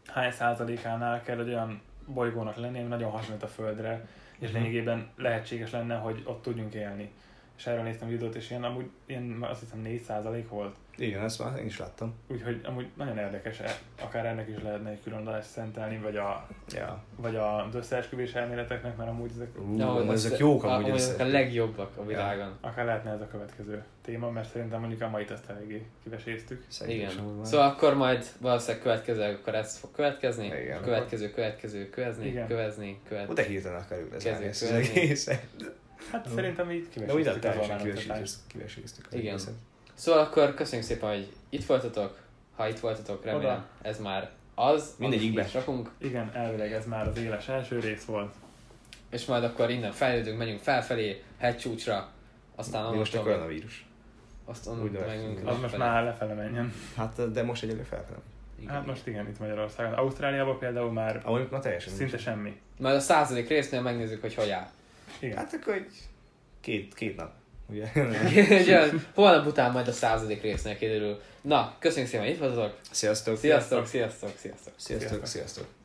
S2: hány százalékánál kell egy olyan bolygónak lenni, ami nagyon hasonlít a Földre, és
S3: Mhm.
S2: lényegében lehetséges lenne, hogy ott tudjunk élni. És erről néztem videót, és ilyen amúgy ilyen, azt hiszem 4 százalék volt.
S3: Igen, ezt már én is láttam.
S2: Úgyhogy amúgy nagyon érdekes, e- akár ennek is lehetne egy külön adást szentelni, vagy, a,
S3: Ja.
S2: vagy az összeesküvés elméleteknek, mert amúgy ezek,
S3: Ú,
S1: Na, hogy
S3: ezek
S1: azt-
S3: jók
S1: a-
S3: amúgy
S1: amúgy
S3: össze.
S1: ezek a legjobbak a világon.
S2: akár lehetne ez a következő téma, mert szerintem mondjuk a mai ezt eléggé kiveséztük.
S1: Igen.
S3: sem van.
S1: Szóval akkor majd valószínűleg következőleg akkor ez fog következni,
S3: Igen.
S1: következő, következő, kövezni,
S2: Igen.
S1: kövezni,
S3: Ó,
S1: következni.
S3: de hirtelen akarjuk ez
S1: Kezdjük
S3: az
S1: el.
S3: egészet.
S2: Hát
S3: Jó.
S2: szerintem így
S3: De úgy
S2: kiveséztük
S3: nem
S2: az
S3: teljesen
S2: alványt.
S3: kiveséztük- kiveséztük az
S1: Igen.
S3: egészet.
S1: Szóval akkor köszönjük szépen, hogy itt voltatok. Ha itt voltatok, remélem
S2: Oda.
S1: ez már az,
S3: Mindegyikbe.
S1: amit ki is rakunk.
S2: Igen, elvileg ez már az éles első rész volt.
S1: És majd akkor innen fejlődünk, megyünk felfelé, hegycsúcsra, aztán
S3: Mi most a
S1: onnantól-
S3: koronavírus.
S1: Azt
S3: Úgy
S1: onnan
S3: neveztünk.
S1: megyünk.
S2: Az most
S1: lefelé.
S2: már lefele menjen.
S3: Hát, de most egyelőre felfelem.
S1: Igen,
S2: Hát
S1: igen.
S2: most igen, itt Magyarországon. Ausztráliában például már
S3: Ahogy ma teljesen
S2: szinte semmi.
S1: Majd a századik résznél megnézzük, hogy hogy áll.
S3: nincs.
S2: Igen.
S3: Hát akkor egy két, két nap. Ugye?
S1: Egy olyan Holnap után majd a századik résznél kiderül. Na, köszönjük szépen, hogy itt voltatok.
S3: Sziasztok!
S1: Sziasztok, sziasztok, sziasztok.
S3: Sziasztok! Sziasztok!